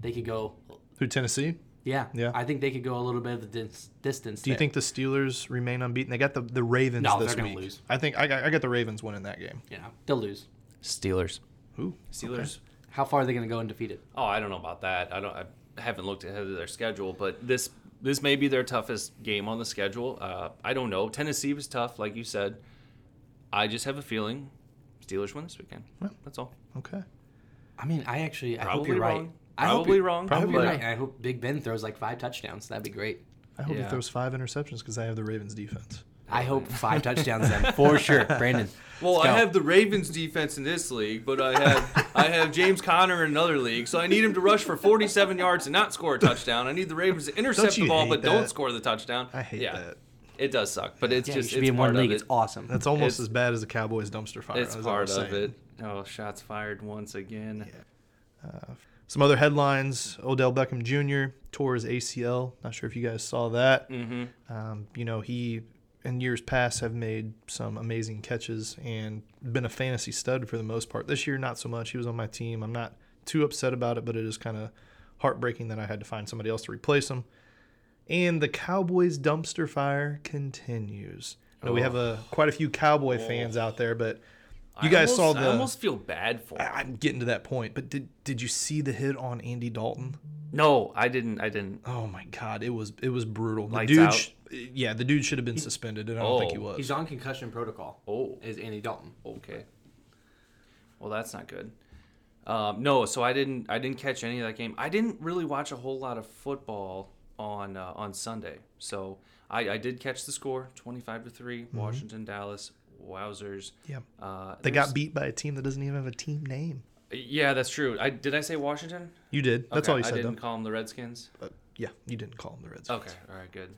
[SPEAKER 3] they could go,
[SPEAKER 2] Who Tennessee?
[SPEAKER 3] yeah,
[SPEAKER 2] Yeah.
[SPEAKER 3] I think they could go a little bit of the dis- distance.
[SPEAKER 2] Do you think the Steelers remain unbeaten? They got the, the Ravens
[SPEAKER 3] No,
[SPEAKER 2] this
[SPEAKER 3] they're gonna
[SPEAKER 2] week.
[SPEAKER 3] lose.
[SPEAKER 2] I think I got, I got the Ravens winning that game.
[SPEAKER 3] Yeah, they'll lose.
[SPEAKER 1] Steelers.
[SPEAKER 2] Ooh,
[SPEAKER 1] Steelers.
[SPEAKER 3] How far are they going to go undefeated?
[SPEAKER 1] Oh, I don't know about that. I don't. I haven't looked ahead of their schedule, but this this may be their toughest game on the schedule. Uh, I don't know. Tennessee was tough, like you said. I just have a feeling Steelers win this weekend.
[SPEAKER 2] Yeah.
[SPEAKER 1] That's all.
[SPEAKER 2] Okay.
[SPEAKER 3] I mean, I actually I hope
[SPEAKER 1] Probably
[SPEAKER 3] you're
[SPEAKER 1] wrong.
[SPEAKER 3] right. I hope
[SPEAKER 1] Probably
[SPEAKER 3] you're-
[SPEAKER 1] wrong,
[SPEAKER 3] I hope you're
[SPEAKER 1] but-
[SPEAKER 3] right. And I hope Big Ben throws like five touchdowns. That'd be great.
[SPEAKER 2] I hope he
[SPEAKER 1] Yeah.
[SPEAKER 2] throws five interceptions because I have the Ravens defense.
[SPEAKER 3] I hope five touchdowns then Oh, for sure, Brandon.
[SPEAKER 1] Well,
[SPEAKER 3] Let's
[SPEAKER 1] I
[SPEAKER 3] go.
[SPEAKER 1] have the Ravens defense in this league, but I have I have James Conner in another league, so I need him to rush for 47 yards and not score a touchdown. I need the Ravens to intercept
[SPEAKER 2] you
[SPEAKER 1] the ball
[SPEAKER 2] hate
[SPEAKER 1] but
[SPEAKER 2] that?
[SPEAKER 1] don't score the touchdown.
[SPEAKER 2] I hate
[SPEAKER 1] yeah,
[SPEAKER 2] that.
[SPEAKER 1] It does suck, but it's
[SPEAKER 3] Yeah, you
[SPEAKER 1] just
[SPEAKER 3] should
[SPEAKER 1] it's
[SPEAKER 3] be in one
[SPEAKER 1] part of
[SPEAKER 3] league.
[SPEAKER 1] it.
[SPEAKER 3] It's awesome.
[SPEAKER 2] That's almost
[SPEAKER 1] It's-
[SPEAKER 2] as bad as the Cowboys dumpster fire.
[SPEAKER 1] It's
[SPEAKER 2] as I
[SPEAKER 1] part
[SPEAKER 2] was
[SPEAKER 1] of
[SPEAKER 2] saying.
[SPEAKER 1] it. Oh, shots fired once again.
[SPEAKER 2] Some other headlines: Odell Beckham Jr. tore his ACL. Not sure if you guys saw that. Mm-hmm. Um, you know he, in years past, have made some amazing catches and been a fantasy stud for the most part. This year, not so much. He was on my team. I'm not too upset about it, but it is kind of heartbreaking that I had to find somebody else to replace him. And the Cowboys dumpster fire continues. Now, We have a quite a few Cowboy fans out there, but
[SPEAKER 1] I
[SPEAKER 2] you guys
[SPEAKER 1] almost-
[SPEAKER 2] saw the.
[SPEAKER 1] I almost feel bad for. Him.
[SPEAKER 2] I- I'm getting to that point, but did did you see the hit on Andy Dalton?
[SPEAKER 1] No, I didn't. I didn't.
[SPEAKER 2] Oh my god, it was it was brutal. The
[SPEAKER 1] Lights
[SPEAKER 2] dude,
[SPEAKER 1] out.
[SPEAKER 2] sh- yeah, the dude should have been suspended, and I don't think he
[SPEAKER 1] Oh,
[SPEAKER 2] was.
[SPEAKER 3] He's on concussion protocol.
[SPEAKER 1] Oh,
[SPEAKER 3] Is Andy Dalton?
[SPEAKER 1] okay. Well, that's not good. Um, no, so I didn't. I didn't catch any of that game. I didn't really watch a whole lot of football on uh, on Sunday. So I, I did catch the score, twenty five to 3 Washington Dallas. Wowzers.
[SPEAKER 2] Mm-hmm. yeah,
[SPEAKER 1] Uh,
[SPEAKER 2] they
[SPEAKER 1] there's-
[SPEAKER 2] got beat by a team that doesn't even have a team name.
[SPEAKER 1] Yeah, that's true. I did. I say Washington.
[SPEAKER 2] You did. That's
[SPEAKER 1] Okay,
[SPEAKER 2] all you
[SPEAKER 1] I
[SPEAKER 2] said,
[SPEAKER 1] didn't
[SPEAKER 2] though.
[SPEAKER 1] call them the Redskins.
[SPEAKER 2] But, uh, yeah, you didn't call him the Reds.
[SPEAKER 1] Okay. All right. Good.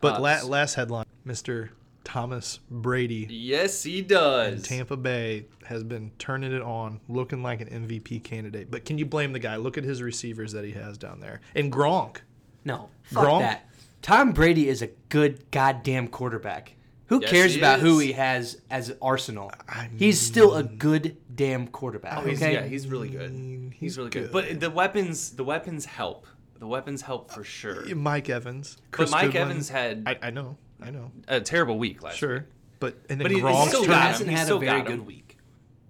[SPEAKER 2] But
[SPEAKER 1] uh,
[SPEAKER 2] la-
[SPEAKER 1] s-
[SPEAKER 2] last headline, Mister Thomas Brady,
[SPEAKER 1] Yes, he does.
[SPEAKER 2] in Tampa Bay has been turning it on, looking like an MVP candidate. But can you blame the guy? Look at his receivers that he has down there, and Gronk.
[SPEAKER 3] No, fuck
[SPEAKER 2] Gronk?
[SPEAKER 3] that. Tom Brady is a good goddamn quarterback. Who
[SPEAKER 1] Yes,
[SPEAKER 3] cares
[SPEAKER 1] he
[SPEAKER 3] about who
[SPEAKER 1] is.
[SPEAKER 3] he has as arsenal? he's still a good damn quarterback.
[SPEAKER 1] Oh, He's-
[SPEAKER 3] okay?
[SPEAKER 1] Yeah, he's really good. He's,
[SPEAKER 2] he's
[SPEAKER 1] really good. But the weapons, the weapons help. The weapons help for sure.
[SPEAKER 2] Mike Evans, Chris
[SPEAKER 1] Mike
[SPEAKER 2] Goodwin.
[SPEAKER 1] Evans had-
[SPEAKER 2] I, I know, I know.
[SPEAKER 1] A terrible week last.
[SPEAKER 2] Sure. But and then
[SPEAKER 1] But he-
[SPEAKER 2] Gronk
[SPEAKER 1] he's still
[SPEAKER 2] turned-
[SPEAKER 3] he
[SPEAKER 1] got him.
[SPEAKER 3] hasn't
[SPEAKER 1] He's
[SPEAKER 3] had a
[SPEAKER 1] still
[SPEAKER 3] very
[SPEAKER 1] got him.
[SPEAKER 3] good week.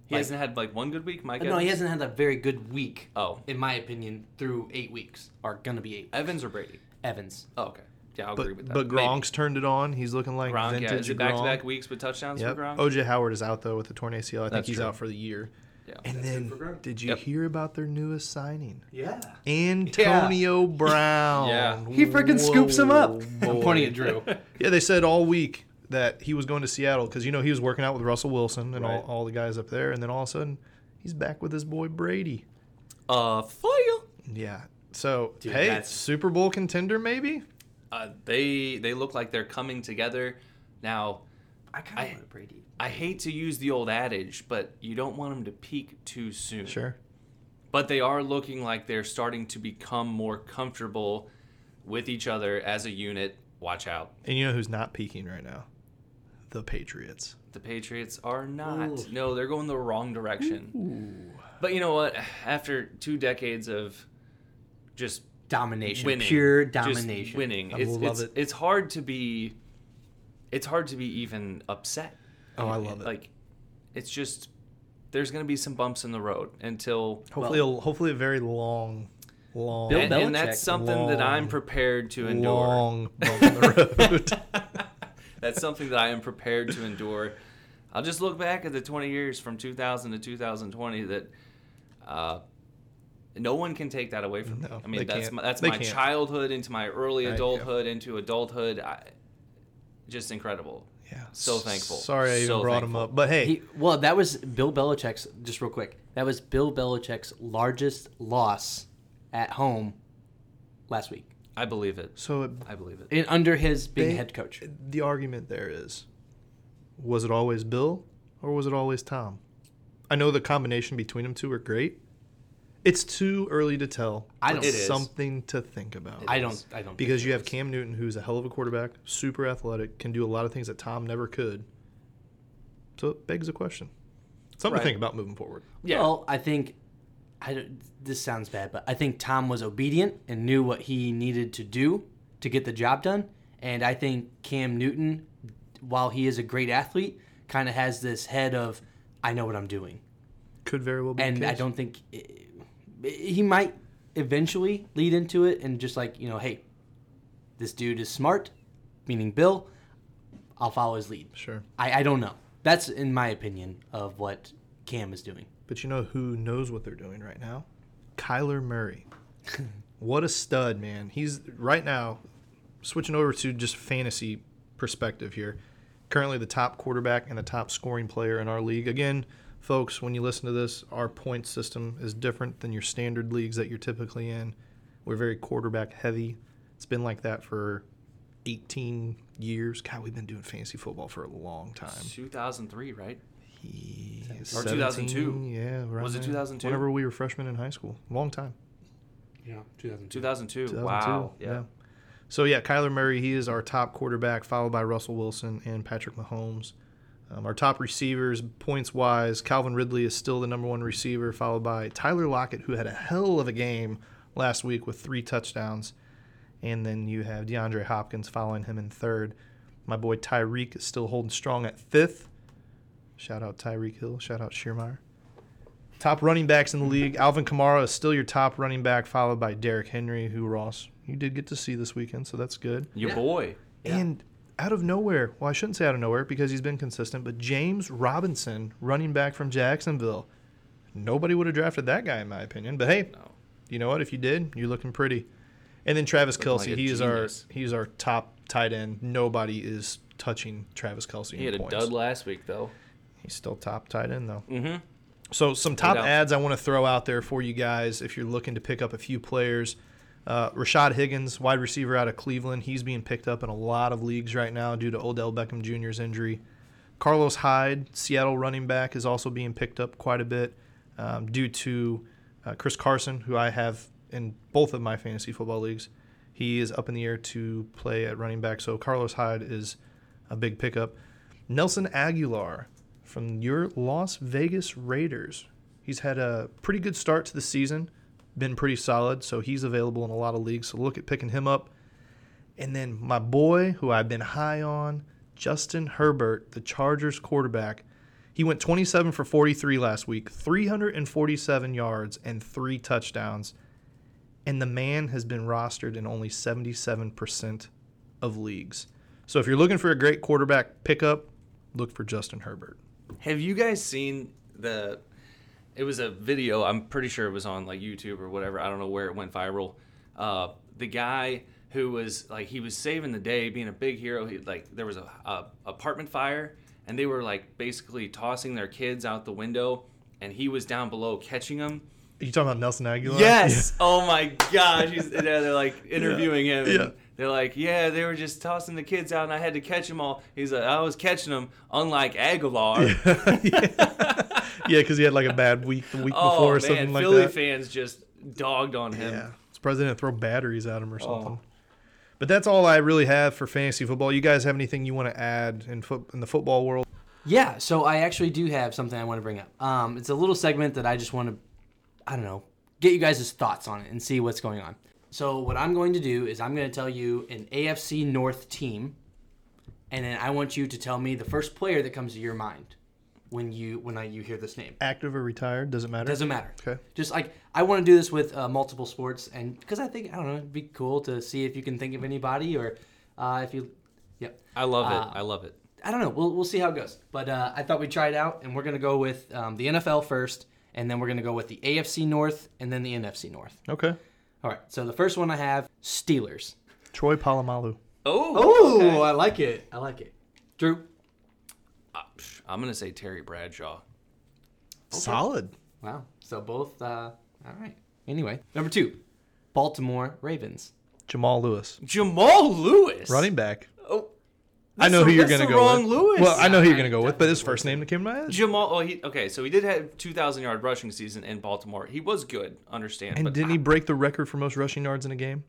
[SPEAKER 1] He
[SPEAKER 3] Like-
[SPEAKER 1] hasn't had like one good week.
[SPEAKER 2] Uh,
[SPEAKER 1] Mike
[SPEAKER 3] No, he
[SPEAKER 1] Evans?
[SPEAKER 3] hasn't had a very good week.
[SPEAKER 1] Oh.
[SPEAKER 3] in my opinion, through eight weeks, are gonna be eight.
[SPEAKER 1] Evans or Brady.
[SPEAKER 3] Evans.
[SPEAKER 1] Oh, okay. Yeah, I'll agree
[SPEAKER 2] But,
[SPEAKER 1] with that.
[SPEAKER 2] but
[SPEAKER 1] Maybe.
[SPEAKER 2] Gronk's turned it on. He's looking like
[SPEAKER 1] Gronk, yeah,
[SPEAKER 2] vintage
[SPEAKER 1] is it
[SPEAKER 2] Gronk.
[SPEAKER 1] back-to-back weeks with touchdowns
[SPEAKER 2] Yep. Oh,
[SPEAKER 1] for Gronk?
[SPEAKER 2] OJ Howard is out though with the torn ACL. I think
[SPEAKER 1] That's
[SPEAKER 2] he's
[SPEAKER 1] true.
[SPEAKER 2] out for the year.
[SPEAKER 1] yeah.
[SPEAKER 2] And then did you
[SPEAKER 1] Yep.
[SPEAKER 2] hear about their newest signing?
[SPEAKER 3] Yeah.
[SPEAKER 2] Antonio Brown.
[SPEAKER 1] Yeah.
[SPEAKER 3] He freaking scoops him up.
[SPEAKER 2] Whoa,
[SPEAKER 3] I'm
[SPEAKER 2] boy.
[SPEAKER 3] pointing at Drew.
[SPEAKER 2] Yeah, they said all week that he was going to Seattle because you know he was working out with Russell Wilson and all,
[SPEAKER 1] Right.
[SPEAKER 2] all the guys up there, and then all of a sudden he's back with his boy Brady.
[SPEAKER 1] Uh, fire.
[SPEAKER 2] Yeah. So
[SPEAKER 3] Dude,
[SPEAKER 2] hey,
[SPEAKER 3] that's-
[SPEAKER 2] Super Bowl contender maybe.
[SPEAKER 1] Uh, they they look like they're coming together. Now,
[SPEAKER 3] I kind of
[SPEAKER 1] I-
[SPEAKER 3] want a Brady.
[SPEAKER 1] I hate to use the old adage, but you don't want them to peak too soon.
[SPEAKER 2] Sure.
[SPEAKER 1] but they are looking like they're starting to become more comfortable with each other as a unit. Watch out.
[SPEAKER 2] And you know who's not peaking right now? The Patriots.
[SPEAKER 1] The Patriots are not.
[SPEAKER 3] Ooh.
[SPEAKER 1] No, they're going the wrong direction. But you know what? After two decades of just
[SPEAKER 3] Domination.
[SPEAKER 1] winning,
[SPEAKER 3] Pure
[SPEAKER 1] just
[SPEAKER 3] domination.
[SPEAKER 1] winning,
[SPEAKER 2] I
[SPEAKER 1] it's,
[SPEAKER 2] love
[SPEAKER 1] it's,
[SPEAKER 2] it.
[SPEAKER 1] it's hard to be. It's hard to be even upset.
[SPEAKER 2] Oh, I love it.
[SPEAKER 1] Like, it's just there's going to be some bumps in the road until
[SPEAKER 2] Hopefully, a, hopefully a very long, long,
[SPEAKER 3] Bill
[SPEAKER 1] and, and that's
[SPEAKER 3] Belichick.
[SPEAKER 1] something that I'm
[SPEAKER 2] Long,
[SPEAKER 1] prepared to endure.
[SPEAKER 2] long bump in the road.
[SPEAKER 1] That's something that I am prepared to endure. I'll just look back at the 20 years from 2000 to 2020 that uh, no one can take that away from me.
[SPEAKER 2] No,
[SPEAKER 1] I mean,
[SPEAKER 2] they
[SPEAKER 1] that's
[SPEAKER 2] can't.
[SPEAKER 1] my, that's
[SPEAKER 2] They
[SPEAKER 1] my
[SPEAKER 2] can't.
[SPEAKER 1] childhood into my early
[SPEAKER 2] Right, yeah.
[SPEAKER 1] adulthood into adulthood. I, just incredible.
[SPEAKER 2] Yeah.
[SPEAKER 1] So thankful.
[SPEAKER 2] Sorry I even
[SPEAKER 1] So
[SPEAKER 2] brought
[SPEAKER 1] thankful.
[SPEAKER 2] him up, but hey,
[SPEAKER 3] He, well, that was Bill Belichick's. Just real quick, that was Bill Belichick's largest loss at home last week,
[SPEAKER 1] I believe it.
[SPEAKER 2] so it,
[SPEAKER 1] I believe it.
[SPEAKER 3] in, under his being
[SPEAKER 2] They-
[SPEAKER 3] head coach.
[SPEAKER 2] the argument there is, was it always Bill or was it always Tom? I know the combination between them two are great. It's too early to tell. but
[SPEAKER 3] I don't- It
[SPEAKER 1] is.
[SPEAKER 2] something to think about.
[SPEAKER 3] I don't. I don't.
[SPEAKER 2] because you have Cam Newton, who's a hell of a quarterback, super athletic, can do a lot of things that Tom never could. So it begs the question. Something
[SPEAKER 1] Right.
[SPEAKER 2] to think about moving forward.
[SPEAKER 1] Yeah.
[SPEAKER 3] Well, I think. I don't, this sounds bad, but I think Tom was obedient and knew what he needed to do to get the job done. And I think Cam Newton, while he is a great athlete, kind of has this head of, I know what I'm doing.
[SPEAKER 2] Could very well be. the
[SPEAKER 3] and I
[SPEAKER 2] case.
[SPEAKER 3] don't think he might eventually lead into it and just like you know, hey, this dude is smart, meaning Bill. I'll follow his lead.
[SPEAKER 2] Sure.
[SPEAKER 3] I, I don't know. That's in my opinion of what Cam is doing.
[SPEAKER 2] But you know who knows what they're doing right now? Kyler Murray. what a stud, man. He's right now switching over to just fantasy perspective here. Currently the top quarterback and the top scoring player in our league. Again, folks, when you listen to this, our point system is different than your standard leagues that you're typically in. We're very quarterback heavy. It's been like that for 18 years. God, we've been doing fantasy football for a long time.
[SPEAKER 1] 2003, right?
[SPEAKER 2] Or
[SPEAKER 1] Or 2002.
[SPEAKER 2] Yeah, right.
[SPEAKER 1] Was it
[SPEAKER 2] there.
[SPEAKER 1] 2002?
[SPEAKER 2] Whenever we were freshmen in high school. Long time.
[SPEAKER 3] Yeah, 2002.
[SPEAKER 1] 2002.
[SPEAKER 2] 2002.
[SPEAKER 1] Wow. Yeah.
[SPEAKER 2] So, yeah, Kyler Murray, he is our top quarterback, followed by Russell Wilson and Patrick Mahomes. Um, our top receivers, points wise, Calvin Ridley is still the number one receiver, followed by Tyler Lockett, who had a hell of a game last week with three touchdowns. And then you have DeAndre Hopkins following him in third. My boy Tyreek is still holding strong at fifth. Shout out Tyreek Hill. Shout out Schiermeyer. Top running backs in the league. Alvin Kamara is still your top running back, followed by Derrick Henry, who Ross you did get to see this weekend, so that's good.
[SPEAKER 1] Your
[SPEAKER 3] Yeah.
[SPEAKER 1] boy.
[SPEAKER 3] Yeah.
[SPEAKER 2] And out of nowhere, well, I shouldn't say out of nowhere because he's been consistent, but James Robinson, running back from Jacksonville. Nobody would have drafted that guy, in my opinion. But hey,
[SPEAKER 1] No.
[SPEAKER 2] you know what? If you did, you're looking pretty. And then Travis
[SPEAKER 1] Looking like
[SPEAKER 2] Kelsey,
[SPEAKER 1] a
[SPEAKER 2] he is our
[SPEAKER 1] genius.
[SPEAKER 2] he's our top tight end. Nobody is touching Travis Kelsey.
[SPEAKER 1] He
[SPEAKER 2] in
[SPEAKER 1] had a
[SPEAKER 2] points.
[SPEAKER 1] dud last week, though.
[SPEAKER 2] He's still top tight end though.
[SPEAKER 1] Mm-hmm.
[SPEAKER 2] So some top
[SPEAKER 1] doubt.
[SPEAKER 2] ads I want to throw out there for you guys if you're looking to pick up a few players. Uh, Rashad Higgins, wide receiver out of Cleveland, he's being picked up in a lot of leagues right now due to Odell Beckham Jr.'s injury. Carlos Hyde, Seattle running back, is also being picked up quite a bit um, due to uh, Chris Carson, who I have in both of my fantasy football leagues. He is up in the air to play at running back, so Carlos Hyde is a big pickup. Nelson Aguilar from your Las Vegas Raiders. He's had a pretty good start to the season, been pretty solid, so he's available in a lot of leagues. So look at picking him up. And then my boy, who I've been high on, Justin Herbert, the Chargers quarterback. He went 27 for 43 last week, 347 yards and three touchdowns. And the man has been rostered in only 77% of leagues. So if you're looking for a great quarterback pickup, look for Justin Herbert.
[SPEAKER 1] Have you guys seen the? It was a video. I'm pretty sure it was on like YouTube or whatever. I don't know where it went viral. Uh, the guy who was like he was saving the day, being a big hero. He, like there was a, a apartment fire, and they were like basically tossing their kids out the window, and he was down below catching them.
[SPEAKER 2] Are you talking about Nelson Aguilar?
[SPEAKER 1] Yes. Oh my gosh. He's, yeah, they're like interviewing him. and
[SPEAKER 2] Yeah.
[SPEAKER 1] They're like, yeah, they were just tossing the kids out, and I had to catch them all. He's like, I was catching them, unlike Aguilar.
[SPEAKER 2] yeah, because he had like a bad week the week before or something like
[SPEAKER 1] Oh, Philly
[SPEAKER 2] that.
[SPEAKER 1] fans just dogged on him.
[SPEAKER 2] Yeah. It's president throw batteries at him or something. But that's all I really have for fantasy football. You guys have anything you want to add in foot in the football world?
[SPEAKER 3] Yeah, so I actually do have something I want to bring up. Um, it's a little segment that I just want to, I don't know, get you guys' thoughts on it and see what's going on. So what I'm going to do is I'm going to tell you an AFC North team, and then I want you to tell me the first player that comes to your mind when you when I, you hear this name.
[SPEAKER 2] Active or retired? Doesn't matter.
[SPEAKER 3] Doesn't matter.
[SPEAKER 2] Okay.
[SPEAKER 3] Just like I want to do this with uh, multiple sports, and because I think I don't know, it'd be cool to see if you can think of anybody or uh, if you, yep.
[SPEAKER 1] I love it.
[SPEAKER 3] Uh,
[SPEAKER 1] I love it.
[SPEAKER 3] I don't know. We'll, we'll see how it goes. But uh, I thought we'd try it out, and we're going to go with um, the NFL first, and then we're going to go with the AFC North, and then the NFC North.
[SPEAKER 2] Okay.
[SPEAKER 3] All right. So the first one I have Steelers.
[SPEAKER 2] Troy Polamalu.
[SPEAKER 1] Oh,
[SPEAKER 3] Oh, I like it. I like it. Drew.
[SPEAKER 1] Uh, I'm gonna say Terry Bradshaw.
[SPEAKER 2] Solid.
[SPEAKER 3] Wow. So both. Uh, all right. Anyway, number two, Baltimore Ravens.
[SPEAKER 2] Jamal Lewis.
[SPEAKER 1] Jamal Lewis.
[SPEAKER 2] Running back.
[SPEAKER 1] Oh,
[SPEAKER 2] I
[SPEAKER 1] that's
[SPEAKER 2] know who
[SPEAKER 1] the-
[SPEAKER 2] you're
[SPEAKER 1] that's
[SPEAKER 2] going to
[SPEAKER 1] the
[SPEAKER 2] go
[SPEAKER 1] wrong
[SPEAKER 2] with.
[SPEAKER 1] Lewis.
[SPEAKER 2] Well, I know who you're
[SPEAKER 3] I
[SPEAKER 2] going to go with, but his first name that came to my head.
[SPEAKER 1] Jamal. Oh, he okay. So he did have 2,000 yard rushing season in Baltimore. He was good. Understand?
[SPEAKER 2] And
[SPEAKER 1] but
[SPEAKER 2] didn't he break the record for most rushing yards in a game?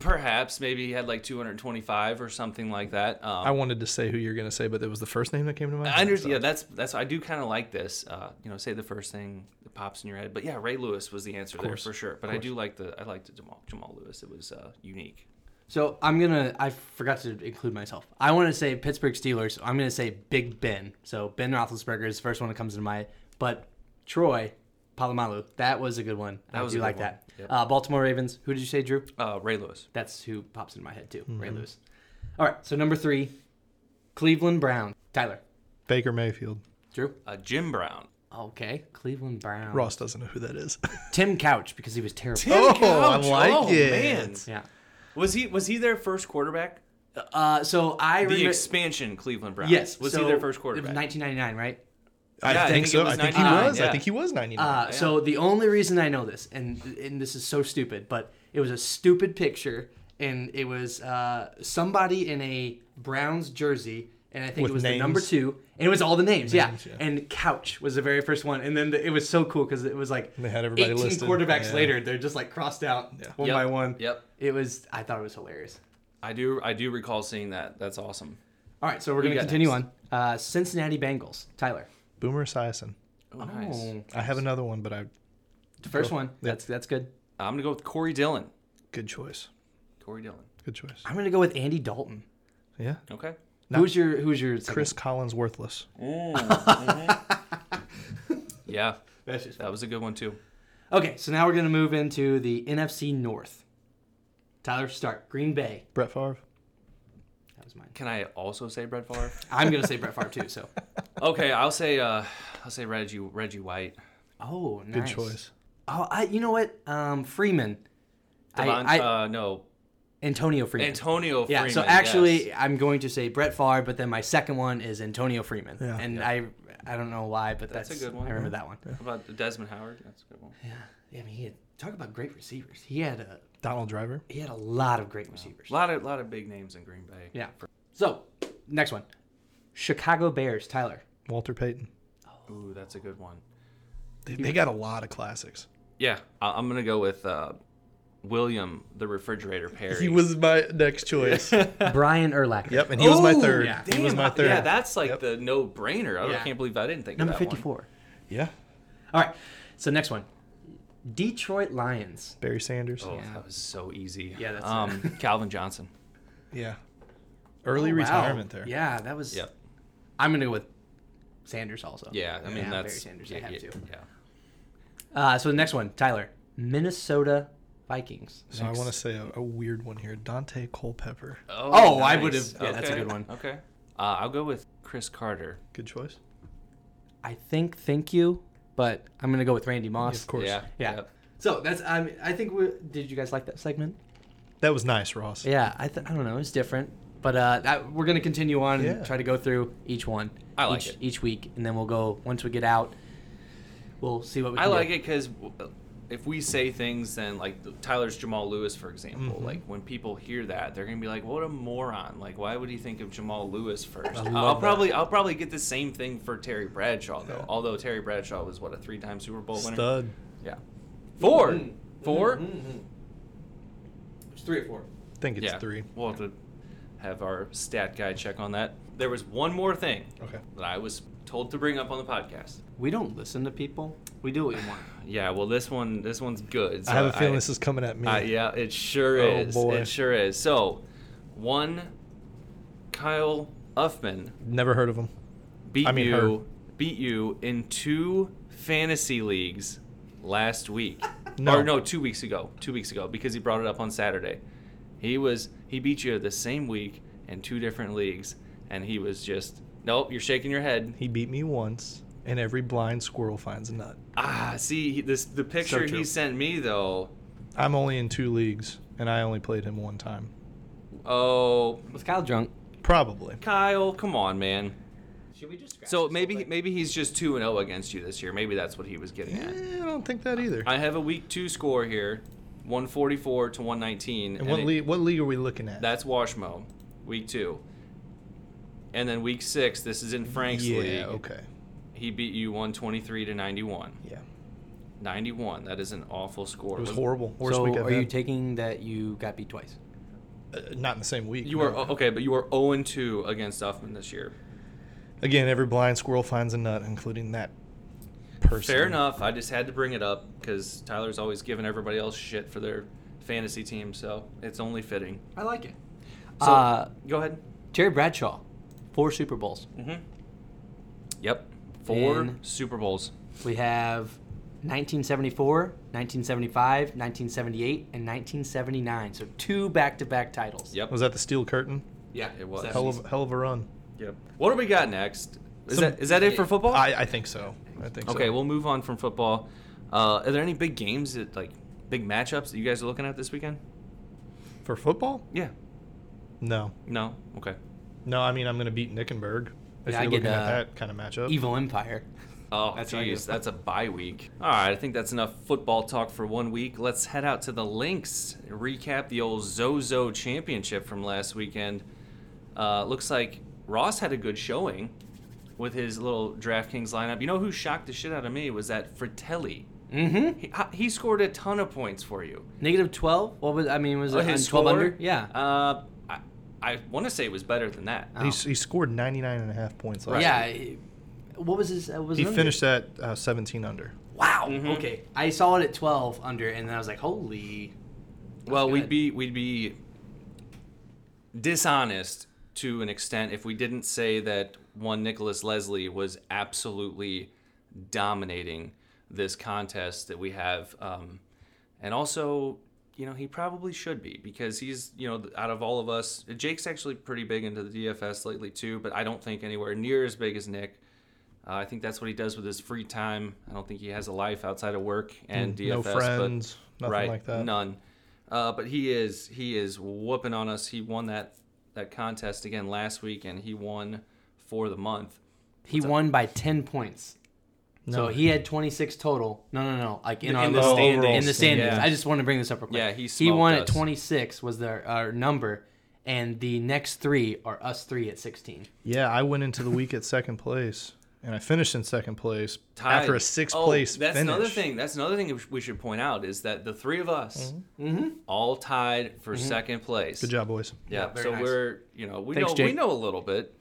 [SPEAKER 1] perhaps maybe he had like 225 or something like that. Um,
[SPEAKER 2] I wanted to say who you're going to say, but it was the first name that came to my head.
[SPEAKER 1] I
[SPEAKER 2] so-
[SPEAKER 1] understand. Yeah, that's that's. I do kind of like this. Uh, you know, say the first thing that pops in your head. But yeah, Ray Lewis was the answer there
[SPEAKER 2] course,
[SPEAKER 1] for sure. But
[SPEAKER 2] of
[SPEAKER 1] I do like the I like the Jamal Jamal Lewis. It was uh, unique.
[SPEAKER 3] So I'm gonna. I forgot to include myself. I want to say Pittsburgh Steelers. I'm gonna say Big Ben. So Ben Roethlisberger is the first one that comes to mind. But Troy Palomalu. That was a good one.
[SPEAKER 1] That
[SPEAKER 3] I
[SPEAKER 1] was
[SPEAKER 3] do
[SPEAKER 1] a good
[SPEAKER 3] like
[SPEAKER 1] one.
[SPEAKER 3] that.
[SPEAKER 1] Yep.
[SPEAKER 3] Uh, Baltimore Ravens. Who did you say, Drew?
[SPEAKER 1] Uh, Ray Lewis.
[SPEAKER 3] That's who pops into my head too. Ray Lewis. All right. So number three, Cleveland Brown. Tyler.
[SPEAKER 2] Baker Mayfield.
[SPEAKER 3] Drew.
[SPEAKER 1] Uh, Jim Brown.
[SPEAKER 3] Okay. Cleveland Brown.
[SPEAKER 2] Ross doesn't know who that is.
[SPEAKER 3] Tim Couch because he was terrible.
[SPEAKER 2] Oh, I like it.
[SPEAKER 1] Man.
[SPEAKER 3] yeah.
[SPEAKER 1] Was he was he their first quarterback?
[SPEAKER 3] Uh, so I
[SPEAKER 1] The
[SPEAKER 3] remember.
[SPEAKER 1] expansion Cleveland Browns.
[SPEAKER 3] yes.
[SPEAKER 1] Was
[SPEAKER 3] so
[SPEAKER 1] he their first
[SPEAKER 3] It was
[SPEAKER 1] quarterback?
[SPEAKER 3] 1999, right?
[SPEAKER 2] I
[SPEAKER 1] Yeah, I think
[SPEAKER 2] think
[SPEAKER 1] it
[SPEAKER 2] so.
[SPEAKER 1] was
[SPEAKER 2] I think he
[SPEAKER 1] 99,
[SPEAKER 2] was. I
[SPEAKER 1] yeah.
[SPEAKER 2] think he was 99.
[SPEAKER 3] Uh, So the only reason I know this, and and this is so stupid, but it was a stupid picture, and it was uh, somebody in a Browns jersey, and I think
[SPEAKER 2] With
[SPEAKER 3] it was the
[SPEAKER 2] names?
[SPEAKER 3] number two, and it was all the names, yeah.
[SPEAKER 2] Names, yeah.
[SPEAKER 3] And Couch was the very first one, and then the, it was so cool because it was like
[SPEAKER 2] They had everybody
[SPEAKER 3] 18
[SPEAKER 2] listed,
[SPEAKER 3] quarterbacks
[SPEAKER 2] yeah.
[SPEAKER 3] later, they're just like crossed out one
[SPEAKER 1] Yep,
[SPEAKER 3] by one.
[SPEAKER 1] Yep.
[SPEAKER 3] It was I thought it was hilarious.
[SPEAKER 1] I do I do recall seeing that. That's awesome.
[SPEAKER 3] All right, so we're
[SPEAKER 1] Who you
[SPEAKER 3] gonna
[SPEAKER 1] got
[SPEAKER 3] continue
[SPEAKER 1] next?
[SPEAKER 3] on. Uh, Cincinnati Bengals, Tyler.
[SPEAKER 2] Boomer Esiason.
[SPEAKER 1] Oh, nice.
[SPEAKER 3] Oh,
[SPEAKER 2] I have another one, but I
[SPEAKER 3] the first one. That's that's good.
[SPEAKER 1] I'm gonna go with Corey Dillon.
[SPEAKER 2] good choice.
[SPEAKER 1] Corey Dillon.
[SPEAKER 2] Good choice.
[SPEAKER 3] I'm gonna go with Andy Dalton.
[SPEAKER 2] Yeah.
[SPEAKER 1] Okay.
[SPEAKER 2] No.
[SPEAKER 3] Who's your Who's your second?
[SPEAKER 2] Chris Collins worthless.
[SPEAKER 1] Yeah,
[SPEAKER 3] That's just
[SPEAKER 1] that was a good one too.
[SPEAKER 3] Okay, so now we're going to move into the NFC North. Tyler, start. Green Bay.
[SPEAKER 2] Brett Favre.
[SPEAKER 3] That was mine.
[SPEAKER 1] Can I also say Brett Favre?
[SPEAKER 3] I'm going to say Brett Favre, too, so.
[SPEAKER 1] okay, I'll say uh, I'll say Reggie Reggie White.
[SPEAKER 3] Oh,
[SPEAKER 2] Good
[SPEAKER 3] nice.
[SPEAKER 2] choice.
[SPEAKER 3] Oh, I, you know what? Um, Freeman. I,
[SPEAKER 1] Devon,
[SPEAKER 3] I,
[SPEAKER 1] uh, no,
[SPEAKER 3] Antonio Freeman.
[SPEAKER 1] Antonio.
[SPEAKER 3] yeah,
[SPEAKER 1] Freeman,
[SPEAKER 3] so actually,
[SPEAKER 1] yes.
[SPEAKER 3] I'm going to say Brett Favre, but then my second one is Antonio Freeman.
[SPEAKER 2] Yeah.
[SPEAKER 3] And I I don't know why, but that's,
[SPEAKER 1] That's a good one.
[SPEAKER 3] I remember that one.
[SPEAKER 1] How about Desmond Howard. That's a good one.
[SPEAKER 3] Yeah. I mean, he had, talk about great receivers. He had a
[SPEAKER 2] Donald Driver.
[SPEAKER 3] he had a lot of great receivers.
[SPEAKER 1] A lot of lot of big names in Green Bay.
[SPEAKER 3] Yeah. So, next one. Chicago Bears, Tyler.
[SPEAKER 2] Walter Payton.
[SPEAKER 1] Ooh, that's a good one.
[SPEAKER 2] They, they got a lot of classics.
[SPEAKER 1] Yeah, I- I'm gonna go with uh, William the Refrigerator Perry.
[SPEAKER 2] He was my next choice.
[SPEAKER 3] Brian Urlacher. Oh,
[SPEAKER 2] yep, and he was my
[SPEAKER 1] Ooh,
[SPEAKER 2] third.
[SPEAKER 3] yeah.
[SPEAKER 2] He was my
[SPEAKER 1] Damn,
[SPEAKER 2] third.
[SPEAKER 1] Yeah, that's like
[SPEAKER 2] Yep.
[SPEAKER 1] the no-brainer. I
[SPEAKER 3] Yeah.
[SPEAKER 1] can't believe I didn't think
[SPEAKER 3] Number
[SPEAKER 1] of that one.
[SPEAKER 3] 54.
[SPEAKER 2] yeah.
[SPEAKER 3] All right. So next one. Detroit Lions.
[SPEAKER 2] Barry Sanders.
[SPEAKER 1] Oh,
[SPEAKER 3] Yeah.
[SPEAKER 1] that was so easy.
[SPEAKER 3] Yeah, that's-
[SPEAKER 1] um, Calvin Johnson.
[SPEAKER 2] Yeah. Early
[SPEAKER 3] Oh, wow.
[SPEAKER 2] retirement there.
[SPEAKER 3] Yeah, that was.
[SPEAKER 1] Yep.
[SPEAKER 3] I'm going to go with Sanders also.
[SPEAKER 1] Yeah, I mean
[SPEAKER 3] Yeah,
[SPEAKER 1] that's
[SPEAKER 3] Barry Sanders, I
[SPEAKER 1] Yeah,
[SPEAKER 3] have
[SPEAKER 1] yeah,
[SPEAKER 3] to.
[SPEAKER 1] yeah.
[SPEAKER 3] Uh, so the next one, Tyler. Minnesota Vikings.
[SPEAKER 2] So I want to say a, a weird one here. Dante Culpepper.
[SPEAKER 3] Oh, I would've- yeah, that's a
[SPEAKER 1] Okay.
[SPEAKER 3] good one.
[SPEAKER 1] Okay. Uh, I'll go with Chris Carter.
[SPEAKER 2] Good choice.
[SPEAKER 3] I think thank you, but I'm going to go with Randy Moss.
[SPEAKER 2] Of course.
[SPEAKER 1] Yeah.
[SPEAKER 3] Yeah.
[SPEAKER 1] Yep.
[SPEAKER 3] So that's I'm, I think we did you guys like that segment?
[SPEAKER 2] That was nice, Ross.
[SPEAKER 3] Yeah, I, th- I don't know, it's different, but uh, that, we're gonna continue on
[SPEAKER 2] Yeah.
[SPEAKER 3] and try to go through each one.
[SPEAKER 1] I like
[SPEAKER 3] each,
[SPEAKER 1] it.
[SPEAKER 3] each week, and then we'll go once we get out. We'll see what we.
[SPEAKER 1] I
[SPEAKER 3] can
[SPEAKER 1] like
[SPEAKER 3] do.
[SPEAKER 1] it because if we say things, then like the- Tyler's Jamal Lewis, for example,
[SPEAKER 2] Mm-hmm.
[SPEAKER 1] like when people hear that, they're gonna be like, "What a moron! Like, why would he think of Jamal Lewis first?
[SPEAKER 3] I love
[SPEAKER 1] I'll
[SPEAKER 3] that.
[SPEAKER 1] probably I'll probably get the same thing for Terry Bradshaw though. Although Terry Bradshaw was what a three-time Super Bowl winner.
[SPEAKER 2] Stud.
[SPEAKER 1] Yeah. 4
[SPEAKER 3] Mm,
[SPEAKER 1] Four.
[SPEAKER 3] It's three or four.
[SPEAKER 2] I think it's
[SPEAKER 1] yeah.
[SPEAKER 2] three.
[SPEAKER 1] We'll have to have our stat guy check on that. There was one more thing
[SPEAKER 2] Okay.
[SPEAKER 1] that I was told to bring up on the podcast.
[SPEAKER 3] We don't listen to people. We do what we want.
[SPEAKER 1] Yeah, well, this one, this one's good.
[SPEAKER 2] I have a feeling this is coming at me.
[SPEAKER 1] Uh, yeah, it sure
[SPEAKER 2] Oh,
[SPEAKER 1] is.
[SPEAKER 2] boy.
[SPEAKER 1] It sure is. So, one, Kyle Uffman
[SPEAKER 2] Never heard of him.
[SPEAKER 1] beat
[SPEAKER 2] I mean,
[SPEAKER 1] you, beat you in two fantasy leagues last week.
[SPEAKER 2] No.
[SPEAKER 1] Or no, two weeks ago. Two weeks ago because he brought it up on Saturday. He was he beat you the same week in two different leagues, and he was just nope. You're shaking your head.
[SPEAKER 2] He beat me once, and every blind squirrel finds a nut.
[SPEAKER 1] Ah, see he, this the picture
[SPEAKER 3] true.
[SPEAKER 1] he sent me though.
[SPEAKER 2] I'm only in two leagues, and I only played him one time.
[SPEAKER 1] Oh,
[SPEAKER 3] Was Kyle drunk?
[SPEAKER 2] Probably.
[SPEAKER 1] Kyle, come on, man.
[SPEAKER 3] Should we just?
[SPEAKER 1] So maybe maybe he's just two and zero against you this year. Maybe that's what he was getting
[SPEAKER 2] Eh,
[SPEAKER 1] at.
[SPEAKER 2] I don't think that either.
[SPEAKER 1] I have a week two score here, one forty four to one nineteen.
[SPEAKER 2] and what
[SPEAKER 1] it-
[SPEAKER 2] league? What league are we looking at?
[SPEAKER 1] That's Washmo, week two. And then week six, this is in Frank's
[SPEAKER 2] yeah.
[SPEAKER 1] league.
[SPEAKER 2] Okay.
[SPEAKER 1] He beat you one twenty three to ninety one.
[SPEAKER 2] Yeah.
[SPEAKER 1] Ninety one. That is an awful score.
[SPEAKER 2] It was horrible. Worst
[SPEAKER 3] so
[SPEAKER 2] week I've
[SPEAKER 3] are you
[SPEAKER 2] had.
[SPEAKER 3] taking that you got beat twice?
[SPEAKER 2] Uh, not in the same week.
[SPEAKER 1] You
[SPEAKER 2] no.
[SPEAKER 1] are oh, okay, but you are zero and two against Uffman this year.
[SPEAKER 2] again. Every blind squirrel finds a nut, including that person.
[SPEAKER 1] Fair enough. I just had to bring it up because Tyler's always giving everybody else shit for their fantasy team, so it's only fitting.
[SPEAKER 3] I like it.
[SPEAKER 1] So
[SPEAKER 3] uh,
[SPEAKER 1] go ahead.
[SPEAKER 3] Terry Bradshaw, four Super Bowls.
[SPEAKER 1] mm-hmm. Yep. Four
[SPEAKER 3] In-
[SPEAKER 1] Super Bowls.
[SPEAKER 3] We have 1974, 1975, 1978, and 1979. So two back-to-back titles.
[SPEAKER 1] Yep.
[SPEAKER 2] Was that the Steel Curtain?
[SPEAKER 3] Yeah,
[SPEAKER 1] It was.
[SPEAKER 2] Hell of, hell of a run.
[SPEAKER 1] Yep. What do we got next? Is
[SPEAKER 2] Some-
[SPEAKER 1] that is that it for football?
[SPEAKER 2] I, I think so. I think so.
[SPEAKER 1] okay, we'll move on from football. Uh, are there any big games that like big matchups that you guys are looking at this weekend?
[SPEAKER 2] For football?
[SPEAKER 1] Yeah.
[SPEAKER 2] No.
[SPEAKER 1] No. Okay.
[SPEAKER 2] No, I mean, I'm going to beat Nickenberg if
[SPEAKER 3] Yeah, I
[SPEAKER 2] you're
[SPEAKER 3] get,
[SPEAKER 2] looking at
[SPEAKER 3] uh,
[SPEAKER 2] that kind of matchup.
[SPEAKER 3] Evil Empire.
[SPEAKER 1] Oh,
[SPEAKER 3] That's
[SPEAKER 1] that's
[SPEAKER 3] what I
[SPEAKER 1] geez,
[SPEAKER 3] do.
[SPEAKER 1] that's a bye week. All right, I think that's enough football talk for one week. Let's head out to the links. Recap the old Zozo Championship from last weekend. Uh, looks like Ross had a good showing with his little DraftKings lineup. You know who shocked the shit out of me was that Fratelli.
[SPEAKER 3] Mm-hmm.
[SPEAKER 1] He, uh, he scored a ton of points for you.
[SPEAKER 3] Negative 12. What was? I mean, was it
[SPEAKER 1] Oh, his
[SPEAKER 3] on 12
[SPEAKER 1] score?
[SPEAKER 3] under? Yeah.
[SPEAKER 1] Uh, I, I want to say it was better than that.
[SPEAKER 3] Oh.
[SPEAKER 2] He, he scored 99 and a half points last
[SPEAKER 3] Yeah.
[SPEAKER 2] week.
[SPEAKER 3] it- What was his? uh, Was
[SPEAKER 2] He
[SPEAKER 3] it under?
[SPEAKER 2] finished at uh, 17 under.
[SPEAKER 3] Wow.
[SPEAKER 1] Mhm.
[SPEAKER 3] Okay. I saw it at 12 under, and then I was like, holy. that's
[SPEAKER 1] Well, we'd
[SPEAKER 3] good.
[SPEAKER 1] be we'd be dishonest to an extent if we didn't say that one Nicholas Leslie was absolutely dominating this contest that we have, um, and also you know he probably should be because he's you know out of all of us, Jake's actually pretty big into the DFS lately too, but I don't think anywhere near as big as Nick. Uh, I think that's what he does with his free time. I don't think he has a life outside of work and DFS.
[SPEAKER 2] Mm, no
[SPEAKER 1] but-
[SPEAKER 2] friends, nothing
[SPEAKER 1] right,
[SPEAKER 2] like that.
[SPEAKER 1] None. Uh, but he is he is whooping on us. He won that that contest again last week, and he won for the month.
[SPEAKER 3] He won by 10 points.
[SPEAKER 2] No.
[SPEAKER 3] So he had 26 total. No, no, no. Like in, our
[SPEAKER 1] in the
[SPEAKER 3] little-
[SPEAKER 1] standings.
[SPEAKER 3] In the standings.
[SPEAKER 1] Yeah.
[SPEAKER 3] I just want to bring this up real quick.
[SPEAKER 1] Yeah, he
[SPEAKER 3] he
[SPEAKER 1] smoked
[SPEAKER 3] won at
[SPEAKER 1] us.
[SPEAKER 3] 26 was their our number, and the next three are us three at 16.
[SPEAKER 2] Yeah, I went into the week at second place, and I finished in second place
[SPEAKER 1] Tied.
[SPEAKER 2] after a sixth
[SPEAKER 1] Oh,
[SPEAKER 2] place
[SPEAKER 1] That's
[SPEAKER 2] finish.
[SPEAKER 1] another thing. That's another thing we sh- we should point out is that the three of us
[SPEAKER 3] Mm-hmm.
[SPEAKER 1] all tied for second place.
[SPEAKER 2] Mm-hmm. Good job, boys.
[SPEAKER 1] Yeah.
[SPEAKER 3] Yeah, very
[SPEAKER 1] so
[SPEAKER 3] nice.
[SPEAKER 1] we're you know we
[SPEAKER 3] Thanks,
[SPEAKER 1] know we
[SPEAKER 3] Jake.
[SPEAKER 1] know a little bit.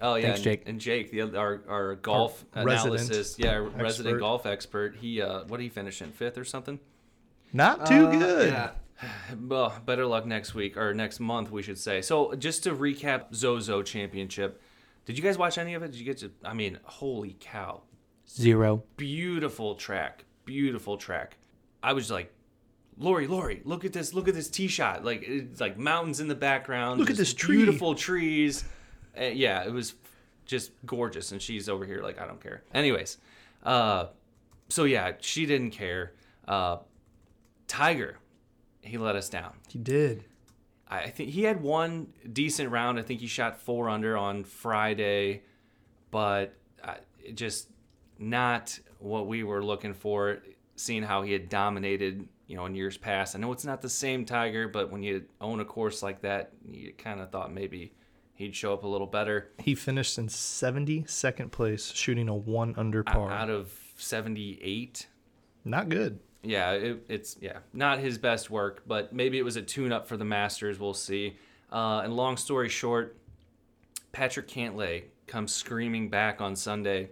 [SPEAKER 1] Oh yeah,
[SPEAKER 3] Thanks,
[SPEAKER 1] and,
[SPEAKER 3] Jake.
[SPEAKER 1] and Jake, the other, our our golf
[SPEAKER 2] resident
[SPEAKER 1] analysis, yeah, our resident
[SPEAKER 2] expert.
[SPEAKER 1] golf expert. He uh, what did he finish in fifth or something?
[SPEAKER 2] Not too
[SPEAKER 3] Uh,
[SPEAKER 2] good.
[SPEAKER 3] Yeah.
[SPEAKER 1] Well, better luck next week or next month, we should say. So, just to recap, Zozo Championship. Did you guys watch any of it? Did you get to? I mean, holy cow!
[SPEAKER 3] Zero.
[SPEAKER 1] Beautiful track, beautiful track. I was like, Lori, Lori, look at this, look at this tee shot. Like it's like mountains in the background.
[SPEAKER 2] Look at
[SPEAKER 1] just
[SPEAKER 2] this tree.
[SPEAKER 1] Beautiful trees. Uh, yeah, it was just gorgeous. And she's over here like, I don't care. Anyways, uh, so yeah, she didn't care. Uh, Tiger, he let us down.
[SPEAKER 2] He did.
[SPEAKER 1] I I think he had one decent round. I think he shot four under on Friday, but uh, it just not what we were looking for. Seeing how he had dominated, you know, in years past. I know it's not the same Tiger, but when you own a course like that, you kind of thought maybe he'd show up a little better.
[SPEAKER 2] He finished in 72nd place, shooting a one under par.
[SPEAKER 1] Out of seventy-eight,
[SPEAKER 2] Not good.
[SPEAKER 1] yeah, it, it's yeah, not his best work, but maybe it was a tune-up for the Masters. We'll see. Uh, and long story short, Patrick Cantlay comes screaming back on Sunday.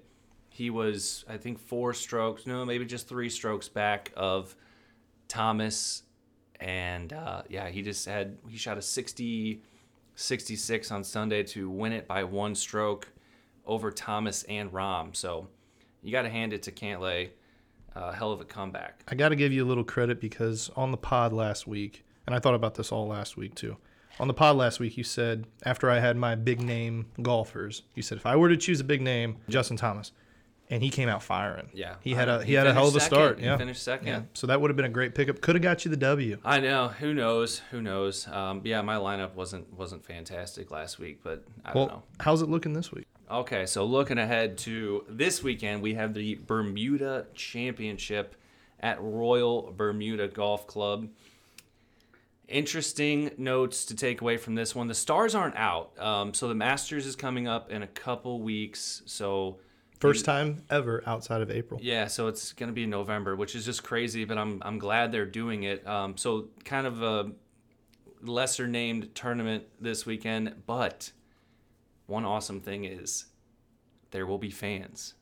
[SPEAKER 1] He was, I think, four strokes, no, maybe just three strokes back of Thomas, and uh, yeah, he just had he shot a 60, 66 on Sunday to win it by one stroke over Thomas and Rom. So you got to hand it to Cantlay. Uh, hell of a comeback.
[SPEAKER 2] I got to give you a little credit because on the pod last week, and I thought about this all last week too. On the pod last week, you said after I had my big name golfers, you said if I were to choose a big name, Justin Thomas, and he came out firing.
[SPEAKER 1] Yeah,
[SPEAKER 2] he had
[SPEAKER 1] I-
[SPEAKER 2] a he, had a
[SPEAKER 1] finished
[SPEAKER 2] hell of a
[SPEAKER 1] second.
[SPEAKER 2] start.
[SPEAKER 1] He
[SPEAKER 2] yeah,
[SPEAKER 1] finished second.
[SPEAKER 2] yeah. So that would have been a great pickup. Could have got you the W.
[SPEAKER 1] I know. Who knows? Who knows? Um, yeah, my lineup wasn't wasn't fantastic last week, but I don't know.
[SPEAKER 2] Well, how's it looking this week?
[SPEAKER 1] Okay, so looking ahead to this weekend, we have the Bermuda Championship at Royal Bermuda Golf Club. Interesting notes to take away from this one. The stars aren't out, um, so the Masters is coming up in a couple weeks. So
[SPEAKER 2] First time ever outside of April.
[SPEAKER 1] yeah, so it's going to be in November, which is just crazy, but I'm I'm glad they're doing it. Um, so kind of a lesser named tournament this weekend, but one awesome thing is there will be fans.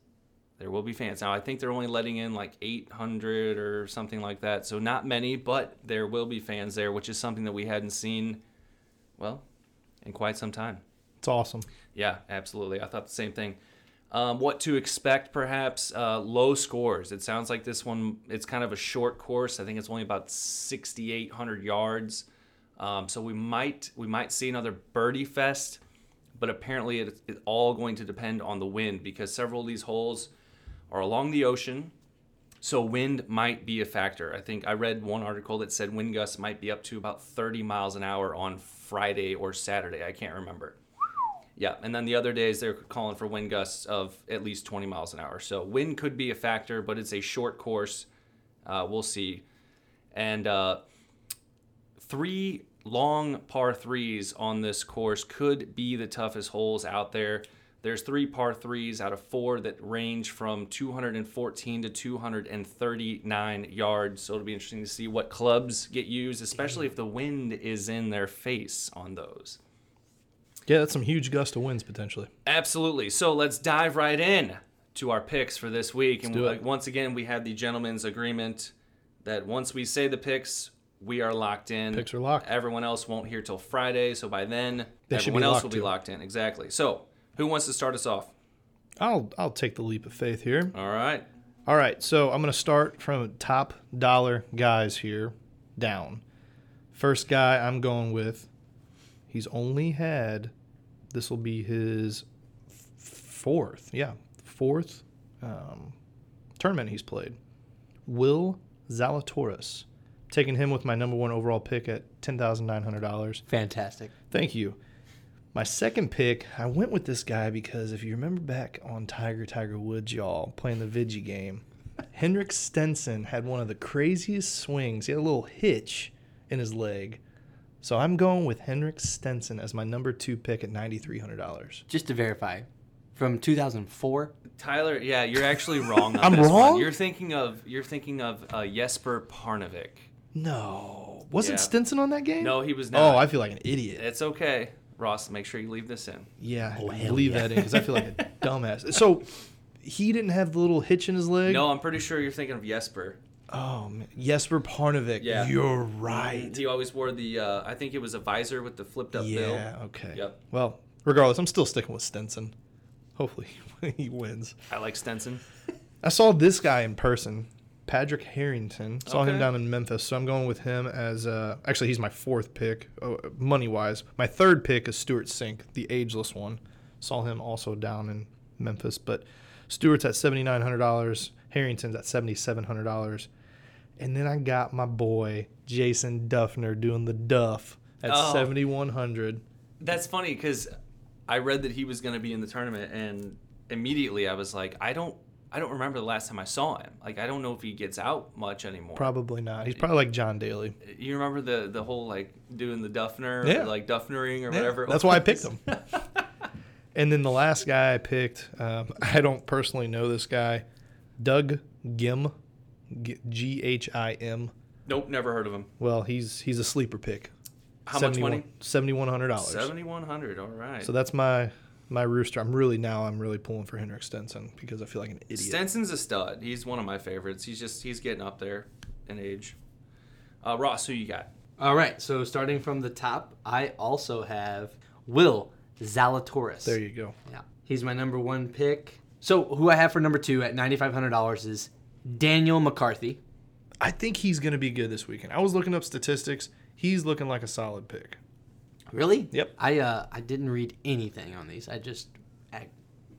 [SPEAKER 1] There will be fans. Now I think they're only letting in like 800 or something like that, so not many, but there will be fans there, which is something that we hadn't seen, well, in quite some time.
[SPEAKER 2] It's awesome.
[SPEAKER 1] Yeah, absolutely. I thought the same thing. Um, what to expect, perhaps uh, low scores. It sounds like this one. It's kind of a short course. I think it's only about 6,800 yards. Um, so we might we might see another birdie fest, but apparently it- it's all going to depend on the wind because several of these holes are along the ocean, so wind might be a factor. I think I read one article that said wind gusts might be up to about 30 miles an hour on Friday or Saturday. I can't remember. Yeah, and then the other days they're calling for wind gusts of at least 20 miles an hour. So wind could be a factor, but it's a short course. Uh, we'll see. And uh, three long par threes on this course could be the toughest holes out there. There's three par threes out of four that range from 214 to 239 yards. So it'll be interesting to see what clubs get used, especially if the wind is in their face on those.
[SPEAKER 2] Yeah, that's some huge gust of winds potentially.
[SPEAKER 1] Absolutely. So let's dive right in to our picks for this week. and
[SPEAKER 2] do
[SPEAKER 1] we-
[SPEAKER 2] it.
[SPEAKER 1] like, once again, we had the gentleman's agreement that once we say the picks, we are locked in.
[SPEAKER 2] Picks are locked.
[SPEAKER 1] Everyone else won't hear till Friday. So by then,
[SPEAKER 2] They should
[SPEAKER 1] everyone
[SPEAKER 2] be
[SPEAKER 1] else
[SPEAKER 2] locked
[SPEAKER 1] will be
[SPEAKER 2] in.
[SPEAKER 1] locked in. Exactly. So who wants to start us off?
[SPEAKER 2] I'll I'll take the leap of faith here.
[SPEAKER 1] All right.
[SPEAKER 2] All right, so I'm going to start from top dollar guys here down. First guy I'm going with, he's only had, this will be his f- fourth, yeah, fourth um, tournament he's played. Will Zalatoris, taking him with my number one overall pick at $10,900.
[SPEAKER 3] Fantastic.
[SPEAKER 2] Thank you. My second pick, I went with this guy because if you remember back on Tiger Tiger Woods, y'all playing the Vigi game, Henrik Stenson had one of the craziest swings. He had a little hitch in his leg. So I'm going with Henrik Stenson as my number two pick at $9,300.
[SPEAKER 3] Just to verify, from 2004.
[SPEAKER 1] Tyler, yeah, you're actually wrong. On
[SPEAKER 2] I'm
[SPEAKER 1] this
[SPEAKER 2] wrong?
[SPEAKER 1] One. You're thinking of you're thinking of uh, Jesper Parnevik.
[SPEAKER 2] No. Wasn't
[SPEAKER 1] Yeah.
[SPEAKER 2] Stenson on that game?
[SPEAKER 1] No, he was not.
[SPEAKER 2] Oh, I feel like an idiot.
[SPEAKER 1] It's okay, Ross. Make sure you leave this in.
[SPEAKER 2] Yeah,
[SPEAKER 3] Oh, hell
[SPEAKER 2] leave
[SPEAKER 3] yeah.
[SPEAKER 2] that in because I feel like a dumbass. So he didn't have the little hitch in his leg?
[SPEAKER 1] No, I'm pretty sure you're thinking of Jesper.
[SPEAKER 2] Oh, man. Jesper Parnovic.
[SPEAKER 1] Yeah.
[SPEAKER 2] You're right.
[SPEAKER 1] He always wore the, uh, I think it was a visor with the flipped up bill.
[SPEAKER 2] Yeah. Okay.
[SPEAKER 1] Yep.
[SPEAKER 2] Well, regardless, I'm still sticking with Stenson. Hopefully, he wins.
[SPEAKER 1] I like Stenson.
[SPEAKER 2] I saw this guy in person, Patrick Harrington. Saw
[SPEAKER 1] Okay.
[SPEAKER 2] him down in Memphis, so I'm going with him as uh, actually he's my fourth pick, uh, money wise. My third pick is Stuart Sink, the ageless one. Saw him also down in Memphis, but Stewart's at seventy nine hundred dollars, Harrington's at seventy seven hundred dollars, and then I got my boy Jason Duffner doing the Duff at
[SPEAKER 1] Oh.
[SPEAKER 2] seventy one hundred.
[SPEAKER 1] That's funny because I read that he was going to be in the tournament, and immediately I was like, I don't, I don't remember the last time I saw him. Like, I don't know if he gets out much anymore.
[SPEAKER 2] Probably not. He's probably like John Daly.
[SPEAKER 1] You remember the the whole like doing the Duffner,
[SPEAKER 2] Yeah.
[SPEAKER 1] or, like Duffnering or
[SPEAKER 2] Yeah,
[SPEAKER 1] whatever. it
[SPEAKER 2] That's why I
[SPEAKER 1] was?
[SPEAKER 2] picked him. and then the last guy I picked, um, I don't personally know this guy, Doug Gim, G H I M.
[SPEAKER 1] Nope, never heard of him.
[SPEAKER 2] Well, he's he's a sleeper pick.
[SPEAKER 1] How much money?
[SPEAKER 2] Seventy one hundred dollars.
[SPEAKER 1] Seventy one hundred. All right.
[SPEAKER 2] So that's my my rooster. I'm really now I'm really pulling for Henrik Stenson because I feel like an idiot.
[SPEAKER 1] Stenson's a stud. He's one of my favorites. He's just he's getting up there in age. Uh, Ross, who you got?
[SPEAKER 3] All right, so starting from the top, I also have Will Zalatoris.
[SPEAKER 2] there you go.
[SPEAKER 3] Yeah. He's my number one pick. So who I have for number two at $9,500 is Daniel McCarthy.
[SPEAKER 2] I think he's gonna be good this weekend. I was looking up statistics. He's looking like a solid pick.
[SPEAKER 3] Really?
[SPEAKER 2] Yep.
[SPEAKER 3] I uh, I didn't read anything on these. I just at,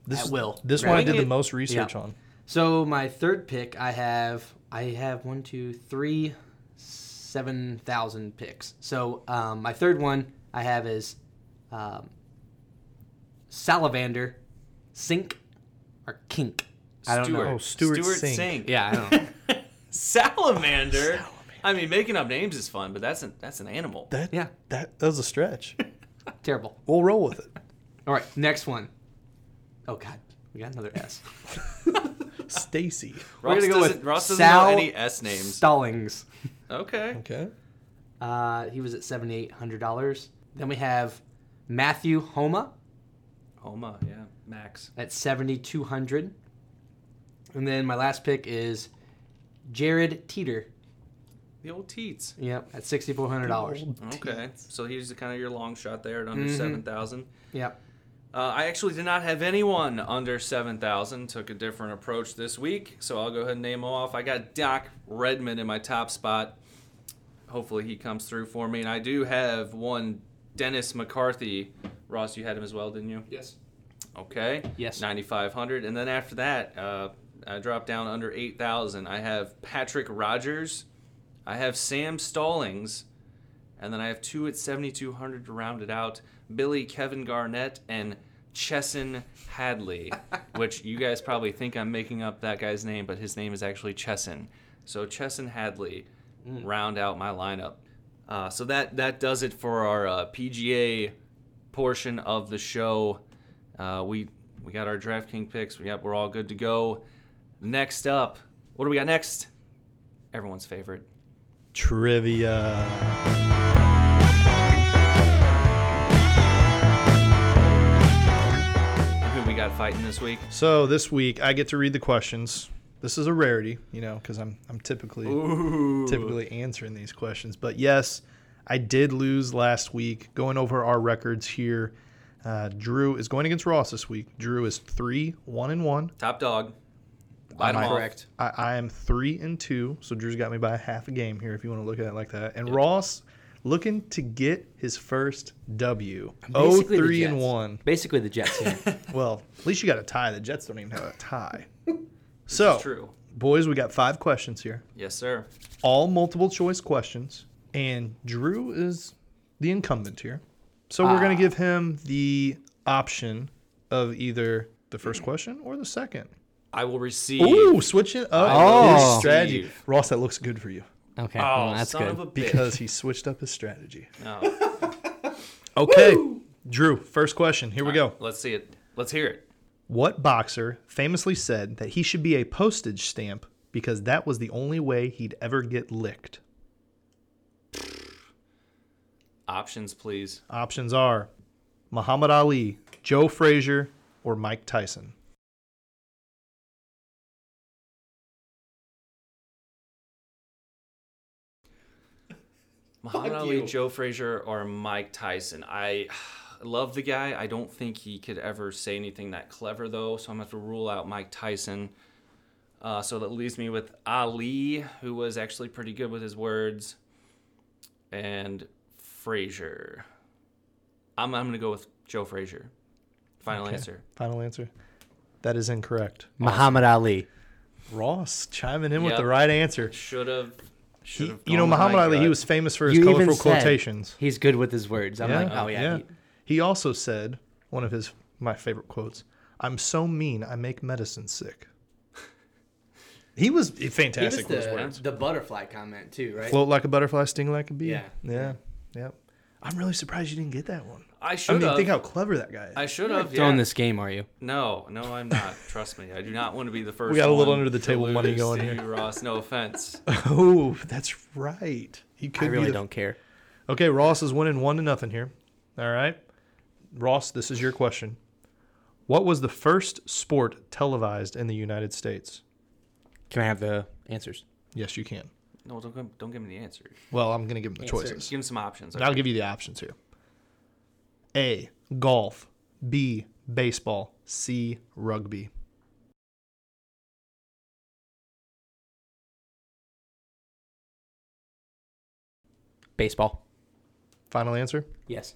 [SPEAKER 2] This
[SPEAKER 3] at will.
[SPEAKER 2] This one I
[SPEAKER 3] Right.
[SPEAKER 2] did the most research
[SPEAKER 3] Yeah.
[SPEAKER 2] on.
[SPEAKER 3] So my third pick, I have I have one, two, three, seven thousand picks. So um, my third one I have is um, Salivander, Sink, or Kink. I don't
[SPEAKER 1] Stewart.
[SPEAKER 3] know.
[SPEAKER 2] Oh, Stuart Sink.
[SPEAKER 3] Yeah, I don't know.
[SPEAKER 1] Salamander. I mean, making up names is fun, but that's an that's an animal.
[SPEAKER 2] That
[SPEAKER 3] Yeah.
[SPEAKER 2] that, that was a stretch.
[SPEAKER 3] Terrible.
[SPEAKER 2] we'll roll with it.
[SPEAKER 3] All right, next one. Oh God, we got another S.
[SPEAKER 2] Stacy.
[SPEAKER 3] We're
[SPEAKER 1] Ross
[SPEAKER 3] gonna go
[SPEAKER 1] doesn't,
[SPEAKER 3] with
[SPEAKER 1] Ross doesn't
[SPEAKER 3] Sal
[SPEAKER 1] know any S names.
[SPEAKER 3] Stallings.
[SPEAKER 1] Okay.
[SPEAKER 2] Okay.
[SPEAKER 3] Uh, he was at seventy eight hundred dollars. Then we have Matthew Homa
[SPEAKER 1] Homa, yeah. Max.
[SPEAKER 3] at seventy two hundred. And then my last pick is Jared Teeter.
[SPEAKER 1] The old teats.
[SPEAKER 3] Yep, at sixty four hundred dollars.
[SPEAKER 1] Mm-hmm. Okay. So he's kind of your long shot there at under
[SPEAKER 3] Mhm.
[SPEAKER 1] 7,000.
[SPEAKER 3] Yep.
[SPEAKER 1] Uh, I actually did not have anyone under 7,000. Took a different approach this week, so I'll go ahead and name them off. I got Doc Redmond in my top spot. Hopefully he comes through for me. And I do have one Dennis McCarthy. Ross, you had him as well, didn't you?
[SPEAKER 4] Yes.
[SPEAKER 1] Okay.
[SPEAKER 3] Yes.
[SPEAKER 1] 9,500. And then after that, uh, I dropped down under 8,000. I have Patrick Rogers. I have Sam Stallings. And then I have two at 7,200 to round it out Billy Kevin Garnett and Chesson Hadley, which you guys probably think I'm making up that guy's name, but his name is actually Chesson. So Chesson Hadley round out my lineup. Uh, so that, that does it for our uh, PGA portion of the show. Uh, we we got our DraftKings picks. We got we're all good to go. Next up, what do we got next? Everyone's favorite.
[SPEAKER 2] Trivia.
[SPEAKER 1] Who we got fighting this week?
[SPEAKER 2] So this week I get to read the questions. This is a rarity, you know, because I'm I'm typically typically answering these questions. But yes, I did lose last week. Going over our records here, uh, Drew is going against Ross this week. Drew is three one and one.
[SPEAKER 1] Top dog. Bite 'em
[SPEAKER 2] I-
[SPEAKER 1] off.
[SPEAKER 3] Correct.
[SPEAKER 2] I, I am three and two. So Drew's got me by half a game here, if you want to look at it like that. And Ross looking to get his first W. Oh
[SPEAKER 3] Basically the
[SPEAKER 2] three and
[SPEAKER 3] Jets.
[SPEAKER 2] one.
[SPEAKER 3] Basically the Jets here.
[SPEAKER 2] Well, at least you got a tie. The Jets don't even have a tie. so
[SPEAKER 1] It's true.
[SPEAKER 2] boys, we got five questions here,
[SPEAKER 1] Yes, sir.
[SPEAKER 2] all multiple choice questions, and Drew is the incumbent here. So we're going to give him the option of either the first question or the second.
[SPEAKER 1] I will receive.
[SPEAKER 2] Ooh, switch it up.
[SPEAKER 1] I
[SPEAKER 2] His
[SPEAKER 1] will
[SPEAKER 2] strategy.
[SPEAKER 1] receive.
[SPEAKER 2] Ross, that looks good for you
[SPEAKER 3] Okay,
[SPEAKER 1] Oh,
[SPEAKER 3] well, that's
[SPEAKER 1] son
[SPEAKER 3] good.
[SPEAKER 1] of a bitch.
[SPEAKER 2] because he switched up his strategy.
[SPEAKER 1] No.
[SPEAKER 2] Okay. Drew, first question. Here we go.
[SPEAKER 1] Let's see it. Let's hear it.
[SPEAKER 2] What boxer famously said that he should be a postage stamp because that was the only way he'd ever get licked?
[SPEAKER 1] Options, please.
[SPEAKER 2] Options are Muhammad Ali, Joe Frazier, or Mike Tyson.
[SPEAKER 1] Muhammad
[SPEAKER 4] Fuck
[SPEAKER 1] Ali,
[SPEAKER 4] you.
[SPEAKER 1] Joe Frazier, or Mike Tyson. I love the guy. I don't think he could ever say anything that clever though, so I'm gonna have to rule out Mike Tyson. Uh, so that leaves me with Ali, who was actually pretty good with his words, and Frazier. I'm I'm gonna go with Joe Frazier. Final
[SPEAKER 2] Okay,
[SPEAKER 1] answer.
[SPEAKER 2] Final answer. That is incorrect.
[SPEAKER 3] Muhammad Ali.
[SPEAKER 2] Ross chiming in with
[SPEAKER 1] Yep.
[SPEAKER 2] the right answer.
[SPEAKER 1] Should have.
[SPEAKER 2] He-
[SPEAKER 1] Should have.
[SPEAKER 2] you know, Muhammad Ali, he was famous for his
[SPEAKER 3] You even
[SPEAKER 2] colorful
[SPEAKER 3] said
[SPEAKER 2] quotations.
[SPEAKER 3] He's good with his words. I'm like, oh yeah. he-
[SPEAKER 2] He also said one of his my favorite quotes. I'm so mean, I make medicine sick. He was
[SPEAKER 3] He was
[SPEAKER 2] fantastic with his words.
[SPEAKER 3] the, the butterfly comment too, right?
[SPEAKER 2] Float like a butterfly, sting like a bee.
[SPEAKER 3] Yeah.
[SPEAKER 2] yeah, yep. I'm really surprised you didn't get that one.
[SPEAKER 1] I
[SPEAKER 2] I
[SPEAKER 1] should
[SPEAKER 2] mean,
[SPEAKER 1] have.
[SPEAKER 2] think how clever that guy is.
[SPEAKER 1] I should have.
[SPEAKER 3] Throwing
[SPEAKER 1] Yeah.
[SPEAKER 3] this game, are you?
[SPEAKER 1] No, no, I'm not. Trust me, I do not want to be the first.
[SPEAKER 2] got a little
[SPEAKER 1] one
[SPEAKER 2] under the
[SPEAKER 1] to
[SPEAKER 2] table money
[SPEAKER 1] lose
[SPEAKER 2] going
[SPEAKER 1] to
[SPEAKER 2] here.
[SPEAKER 1] you, Ross. No offense.
[SPEAKER 2] oh, that's right. He could
[SPEAKER 3] I
[SPEAKER 2] be
[SPEAKER 3] really
[SPEAKER 2] the-
[SPEAKER 3] don't care.
[SPEAKER 2] Okay, Ross is winning one to nothing here. All right, Ross, this is your question. What was the first sport televised in the United States?
[SPEAKER 3] Can I have the answers?
[SPEAKER 2] Yes, you can.
[SPEAKER 1] No, don't give- don't give me the answer.
[SPEAKER 2] Well, I'm gonna give him the
[SPEAKER 3] Answers.
[SPEAKER 2] choices.
[SPEAKER 1] Give him some options.
[SPEAKER 2] And I'll give you the options here. A. Golf. B. Baseball. C. Rugby.
[SPEAKER 3] Baseball.
[SPEAKER 2] Final answer?
[SPEAKER 3] Yes.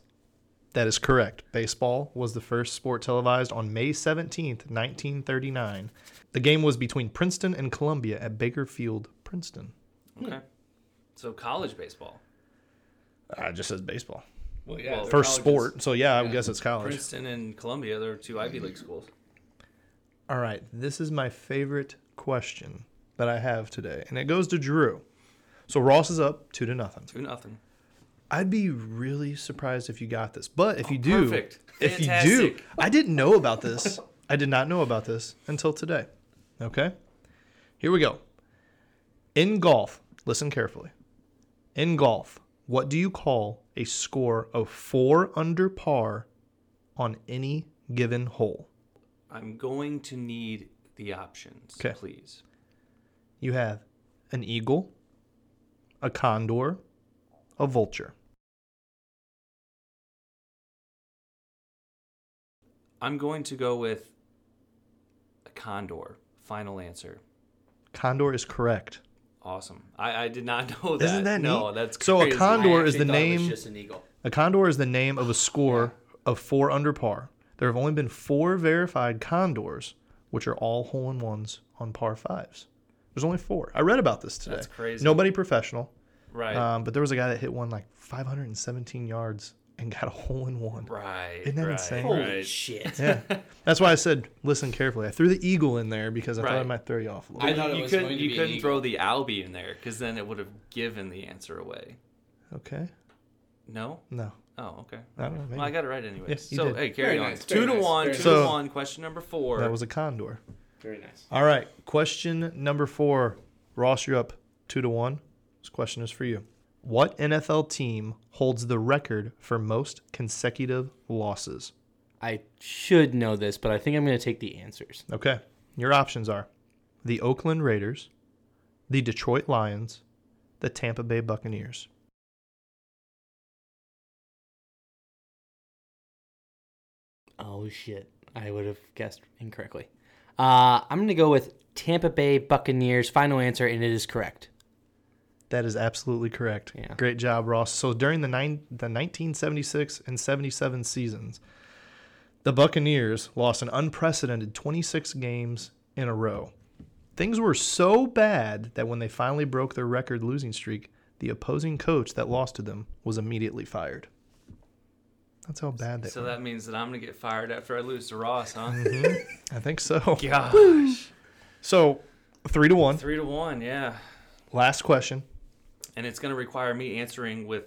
[SPEAKER 2] That is correct. Baseball was the first sport televised on May 17th, 1939. The game was between Princeton and Columbia at Baker Field, Princeton.
[SPEAKER 1] Okay. So college baseball.
[SPEAKER 2] Uh, it just says baseball.
[SPEAKER 4] Well,
[SPEAKER 1] yeah, Well, they're
[SPEAKER 2] First sport. So, yeah, I would guess it's college.
[SPEAKER 1] Princeton and Columbia, they're two Ivy League schools.
[SPEAKER 2] All right, this is my favorite question that I have today, and it goes to Drew. So, Ross is up two to nothing.
[SPEAKER 1] Two nothing.
[SPEAKER 2] I'd be really surprised if you got this. But if you do,
[SPEAKER 1] Oh, perfect.
[SPEAKER 2] if you do,
[SPEAKER 1] Fantastic.
[SPEAKER 2] I didn't know about this. I did not know about this until today. Okay? Here we go. In golf, listen carefully. In golf, what do you call a score of 4 under par on any given hole?
[SPEAKER 1] I'm going to need the options,
[SPEAKER 2] 'Kay.
[SPEAKER 1] please.
[SPEAKER 2] You have an eagle, a condor, a vulture.
[SPEAKER 1] I'm going to go with a condor. Final answer.
[SPEAKER 2] Condor is correct.
[SPEAKER 1] Awesome. I, I did not know that.
[SPEAKER 2] Isn't that
[SPEAKER 1] no?
[SPEAKER 2] neat?
[SPEAKER 1] That's
[SPEAKER 2] So a
[SPEAKER 1] crazy.
[SPEAKER 2] con- Condor
[SPEAKER 3] I
[SPEAKER 2] is
[SPEAKER 3] actually
[SPEAKER 2] the
[SPEAKER 3] thought it was
[SPEAKER 2] name-
[SPEAKER 3] just an eagle.
[SPEAKER 2] A condor is the name of a score of four under par. There have only been four verified condors, which are all hole in ones on par fives. There's only four. I read about this today.
[SPEAKER 1] That's crazy.
[SPEAKER 2] Nobody professional,
[SPEAKER 1] right.
[SPEAKER 2] um, but there was a guy that hit one like 517 yards and got a hole in one.
[SPEAKER 1] right.
[SPEAKER 2] isn't that
[SPEAKER 1] right,
[SPEAKER 2] insane?
[SPEAKER 3] Holy
[SPEAKER 1] right.
[SPEAKER 3] shit!
[SPEAKER 2] Yeah, that's why I said listen carefully. I threw the eagle in there because I thought I
[SPEAKER 1] Right.
[SPEAKER 2] might throw you off a little.
[SPEAKER 1] But
[SPEAKER 4] I thought it
[SPEAKER 1] you
[SPEAKER 4] was
[SPEAKER 1] couldn't,
[SPEAKER 4] going to
[SPEAKER 1] you
[SPEAKER 4] be an
[SPEAKER 1] couldn't
[SPEAKER 4] eagle.
[SPEAKER 1] throw the Albie in there because then it would have given the answer away.
[SPEAKER 2] Okay,
[SPEAKER 1] No?
[SPEAKER 2] no,
[SPEAKER 1] Oh, okay.
[SPEAKER 2] I don't know. Maybe.
[SPEAKER 1] Well, I got it right anyways.
[SPEAKER 2] Yeah, you
[SPEAKER 1] so,
[SPEAKER 2] did.
[SPEAKER 1] hey, carry
[SPEAKER 4] Very
[SPEAKER 1] on.
[SPEAKER 4] nice,
[SPEAKER 1] two
[SPEAKER 4] very
[SPEAKER 1] to
[SPEAKER 4] nice,
[SPEAKER 1] one,
[SPEAKER 4] very
[SPEAKER 1] two
[SPEAKER 2] nice.
[SPEAKER 1] to one. Question number four.
[SPEAKER 2] that was a condor.
[SPEAKER 4] Very nice.
[SPEAKER 2] All right. Question number four. Ross, you're up two to one. This question is for you. What NFL team holds the record for most consecutive losses?
[SPEAKER 3] I should know this, but I think I'm gonna take the answers.
[SPEAKER 2] Okay. Your options are the Oakland Raiders, the Detroit Lions, the Tampa Bay Buccaneers.
[SPEAKER 3] Oh shit! I would have guessed incorrectly. Uh, I'm gonna go with Tampa Bay Buccaneers. Final answer, and it is correct.
[SPEAKER 2] That is absolutely correct.
[SPEAKER 3] Yeah.
[SPEAKER 2] Great job, Ross. So during the nine, the 1976 and 77 seasons, the Buccaneers lost an unprecedented 26 games in a row. Things were so bad that when they finally broke their record losing streak, the opposing coach that lost to them was immediately fired. That's how bad they
[SPEAKER 1] So
[SPEAKER 2] were.
[SPEAKER 1] that means that I'm going to get fired after I lose to Ross, huh?
[SPEAKER 2] I think so.
[SPEAKER 1] Gosh.
[SPEAKER 2] So, 3 to 1.
[SPEAKER 1] Three to one, yeah.
[SPEAKER 2] Last question.
[SPEAKER 1] And it's going to require me answering with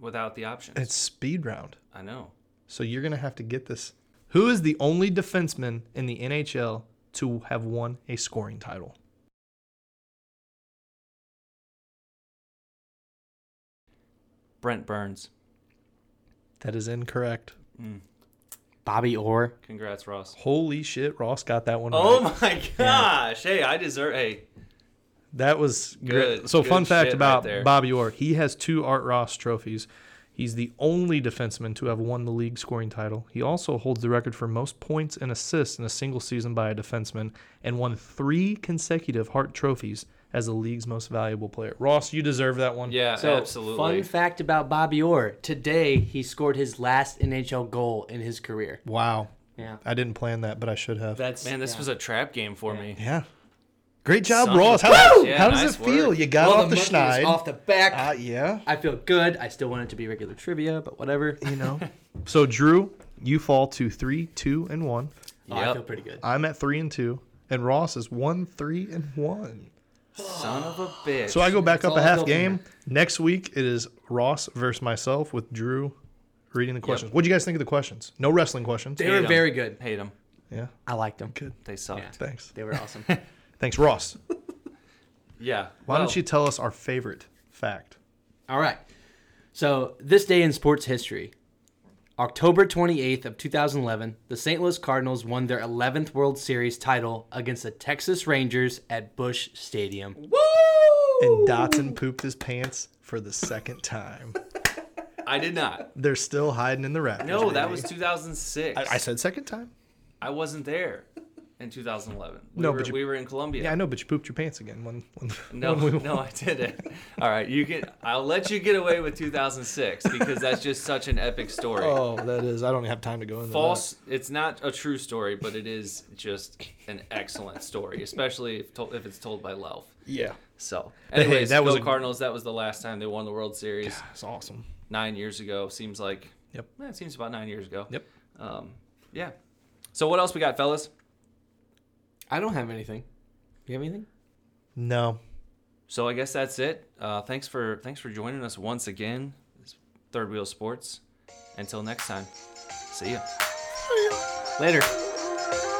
[SPEAKER 1] without the options.
[SPEAKER 2] It's speed round.
[SPEAKER 1] I know.
[SPEAKER 2] So you're going to have to get this. Who is the only defenseman in the NHL to have won a scoring title?
[SPEAKER 1] Brent Burns.
[SPEAKER 2] That is incorrect.
[SPEAKER 3] Bobby Orr.
[SPEAKER 1] Congrats, Ross.
[SPEAKER 2] Holy shit, Ross got that one.
[SPEAKER 1] Oh
[SPEAKER 2] right.
[SPEAKER 1] my gosh. Hey, I deserve. Hey,
[SPEAKER 2] That was
[SPEAKER 1] Good-
[SPEAKER 2] great. So
[SPEAKER 1] good
[SPEAKER 2] fun fact
[SPEAKER 1] shit
[SPEAKER 2] about
[SPEAKER 1] right there.
[SPEAKER 2] Bobby Orr, he has two Art Ross trophies. He's the only defenseman to have won the league scoring title. He also holds the record for most points and assists in a single season by a defenseman and won 3 consecutive Hart trophies as the league's most valuable player. Ross, you deserve that one.
[SPEAKER 1] yeah,
[SPEAKER 3] So,
[SPEAKER 1] absolutely.
[SPEAKER 3] Fun fact about Bobby Orr: today he scored his last NHL goal in his career.
[SPEAKER 2] Wow.
[SPEAKER 3] Yeah,
[SPEAKER 2] I didn't plan that, but I should have.
[SPEAKER 3] that's
[SPEAKER 1] Man, this
[SPEAKER 3] yeah.
[SPEAKER 1] was a trap game for me.
[SPEAKER 2] Yeah. Great job,
[SPEAKER 1] Son of
[SPEAKER 2] Ross.
[SPEAKER 1] a
[SPEAKER 2] How,
[SPEAKER 1] bitch.
[SPEAKER 2] how
[SPEAKER 1] Yeah,
[SPEAKER 2] does
[SPEAKER 1] nice
[SPEAKER 2] it feel?
[SPEAKER 1] work.
[SPEAKER 2] You got
[SPEAKER 3] Well,
[SPEAKER 2] off
[SPEAKER 3] the
[SPEAKER 2] the,
[SPEAKER 3] monkey is
[SPEAKER 2] schneid.
[SPEAKER 3] off the back.
[SPEAKER 2] Uh, yeah.
[SPEAKER 3] I feel good. I still want it to be regular trivia, but whatever.
[SPEAKER 2] You know. so Drew, you fall to three, two, and one.
[SPEAKER 3] Oh, I
[SPEAKER 1] Yep.
[SPEAKER 3] feel pretty good.
[SPEAKER 2] I'm at three and two, and Ross is one, three, and one.
[SPEAKER 1] Son of a bitch.
[SPEAKER 2] So I go back
[SPEAKER 3] That's
[SPEAKER 2] up a
[SPEAKER 3] all
[SPEAKER 2] half
[SPEAKER 3] built in
[SPEAKER 2] game. Next week it is Ross versus myself with Drew reading the questions. What'd you guys think of the questions? No wrestling questions.
[SPEAKER 3] They were
[SPEAKER 1] Hate 'em.
[SPEAKER 3] very good.
[SPEAKER 1] hate them.
[SPEAKER 2] Yeah.
[SPEAKER 3] I liked them.
[SPEAKER 2] Good.
[SPEAKER 1] They sucked. Yeah.
[SPEAKER 2] Thanks.
[SPEAKER 3] They were awesome.
[SPEAKER 2] Thanks, Ross. Why
[SPEAKER 1] well,
[SPEAKER 2] don't you tell us our favorite fact?
[SPEAKER 3] All right. So, this day in sports history, October 28th of 2011, the St. Louis Cardinals won their 11th World Series title against the Texas Rangers at Busch Stadium.
[SPEAKER 2] And Dotson pooped his pants for the second time.
[SPEAKER 1] I did not.
[SPEAKER 2] They're still hiding in the Raptors.
[SPEAKER 1] No, that was
[SPEAKER 2] baby.
[SPEAKER 1] 2006.
[SPEAKER 2] I, I said second time.
[SPEAKER 1] I wasn't there in 2011. We
[SPEAKER 2] No,
[SPEAKER 1] were,
[SPEAKER 2] but you-
[SPEAKER 1] we were in Colombia.
[SPEAKER 2] Yeah, I know, but you pooped your pants again. When, when,
[SPEAKER 1] no,
[SPEAKER 2] when we
[SPEAKER 1] no, I didn't. All right, you can. I'll let you get away with 2006 because that's just such an epic story.
[SPEAKER 2] Oh, that is. I don't have time to go into
[SPEAKER 1] False. It's not a true story, but it is just an excellent story, especially if, told, if it's told by Lelf.
[SPEAKER 2] That. Yeah,
[SPEAKER 1] So,
[SPEAKER 2] hey,
[SPEAKER 1] anyways,
[SPEAKER 2] that
[SPEAKER 1] that
[SPEAKER 2] was
[SPEAKER 1] was
[SPEAKER 2] a-
[SPEAKER 1] Cardinals. That was the last time they won the World Series
[SPEAKER 2] it's awesome.
[SPEAKER 1] nine years ago. Seems like.
[SPEAKER 2] Yep.
[SPEAKER 1] Eh, it seems about nine years ago.
[SPEAKER 2] Yep.
[SPEAKER 1] Um, yeah. So what else we got, fellas?
[SPEAKER 3] I don't have anything. You have anything?
[SPEAKER 2] No,
[SPEAKER 1] So I guess that's it. Uh, thanks for thanks for joining us once again. It's Third Wheel Sports. Until next time, see ya.
[SPEAKER 3] Later.
[SPEAKER 5] Thank you.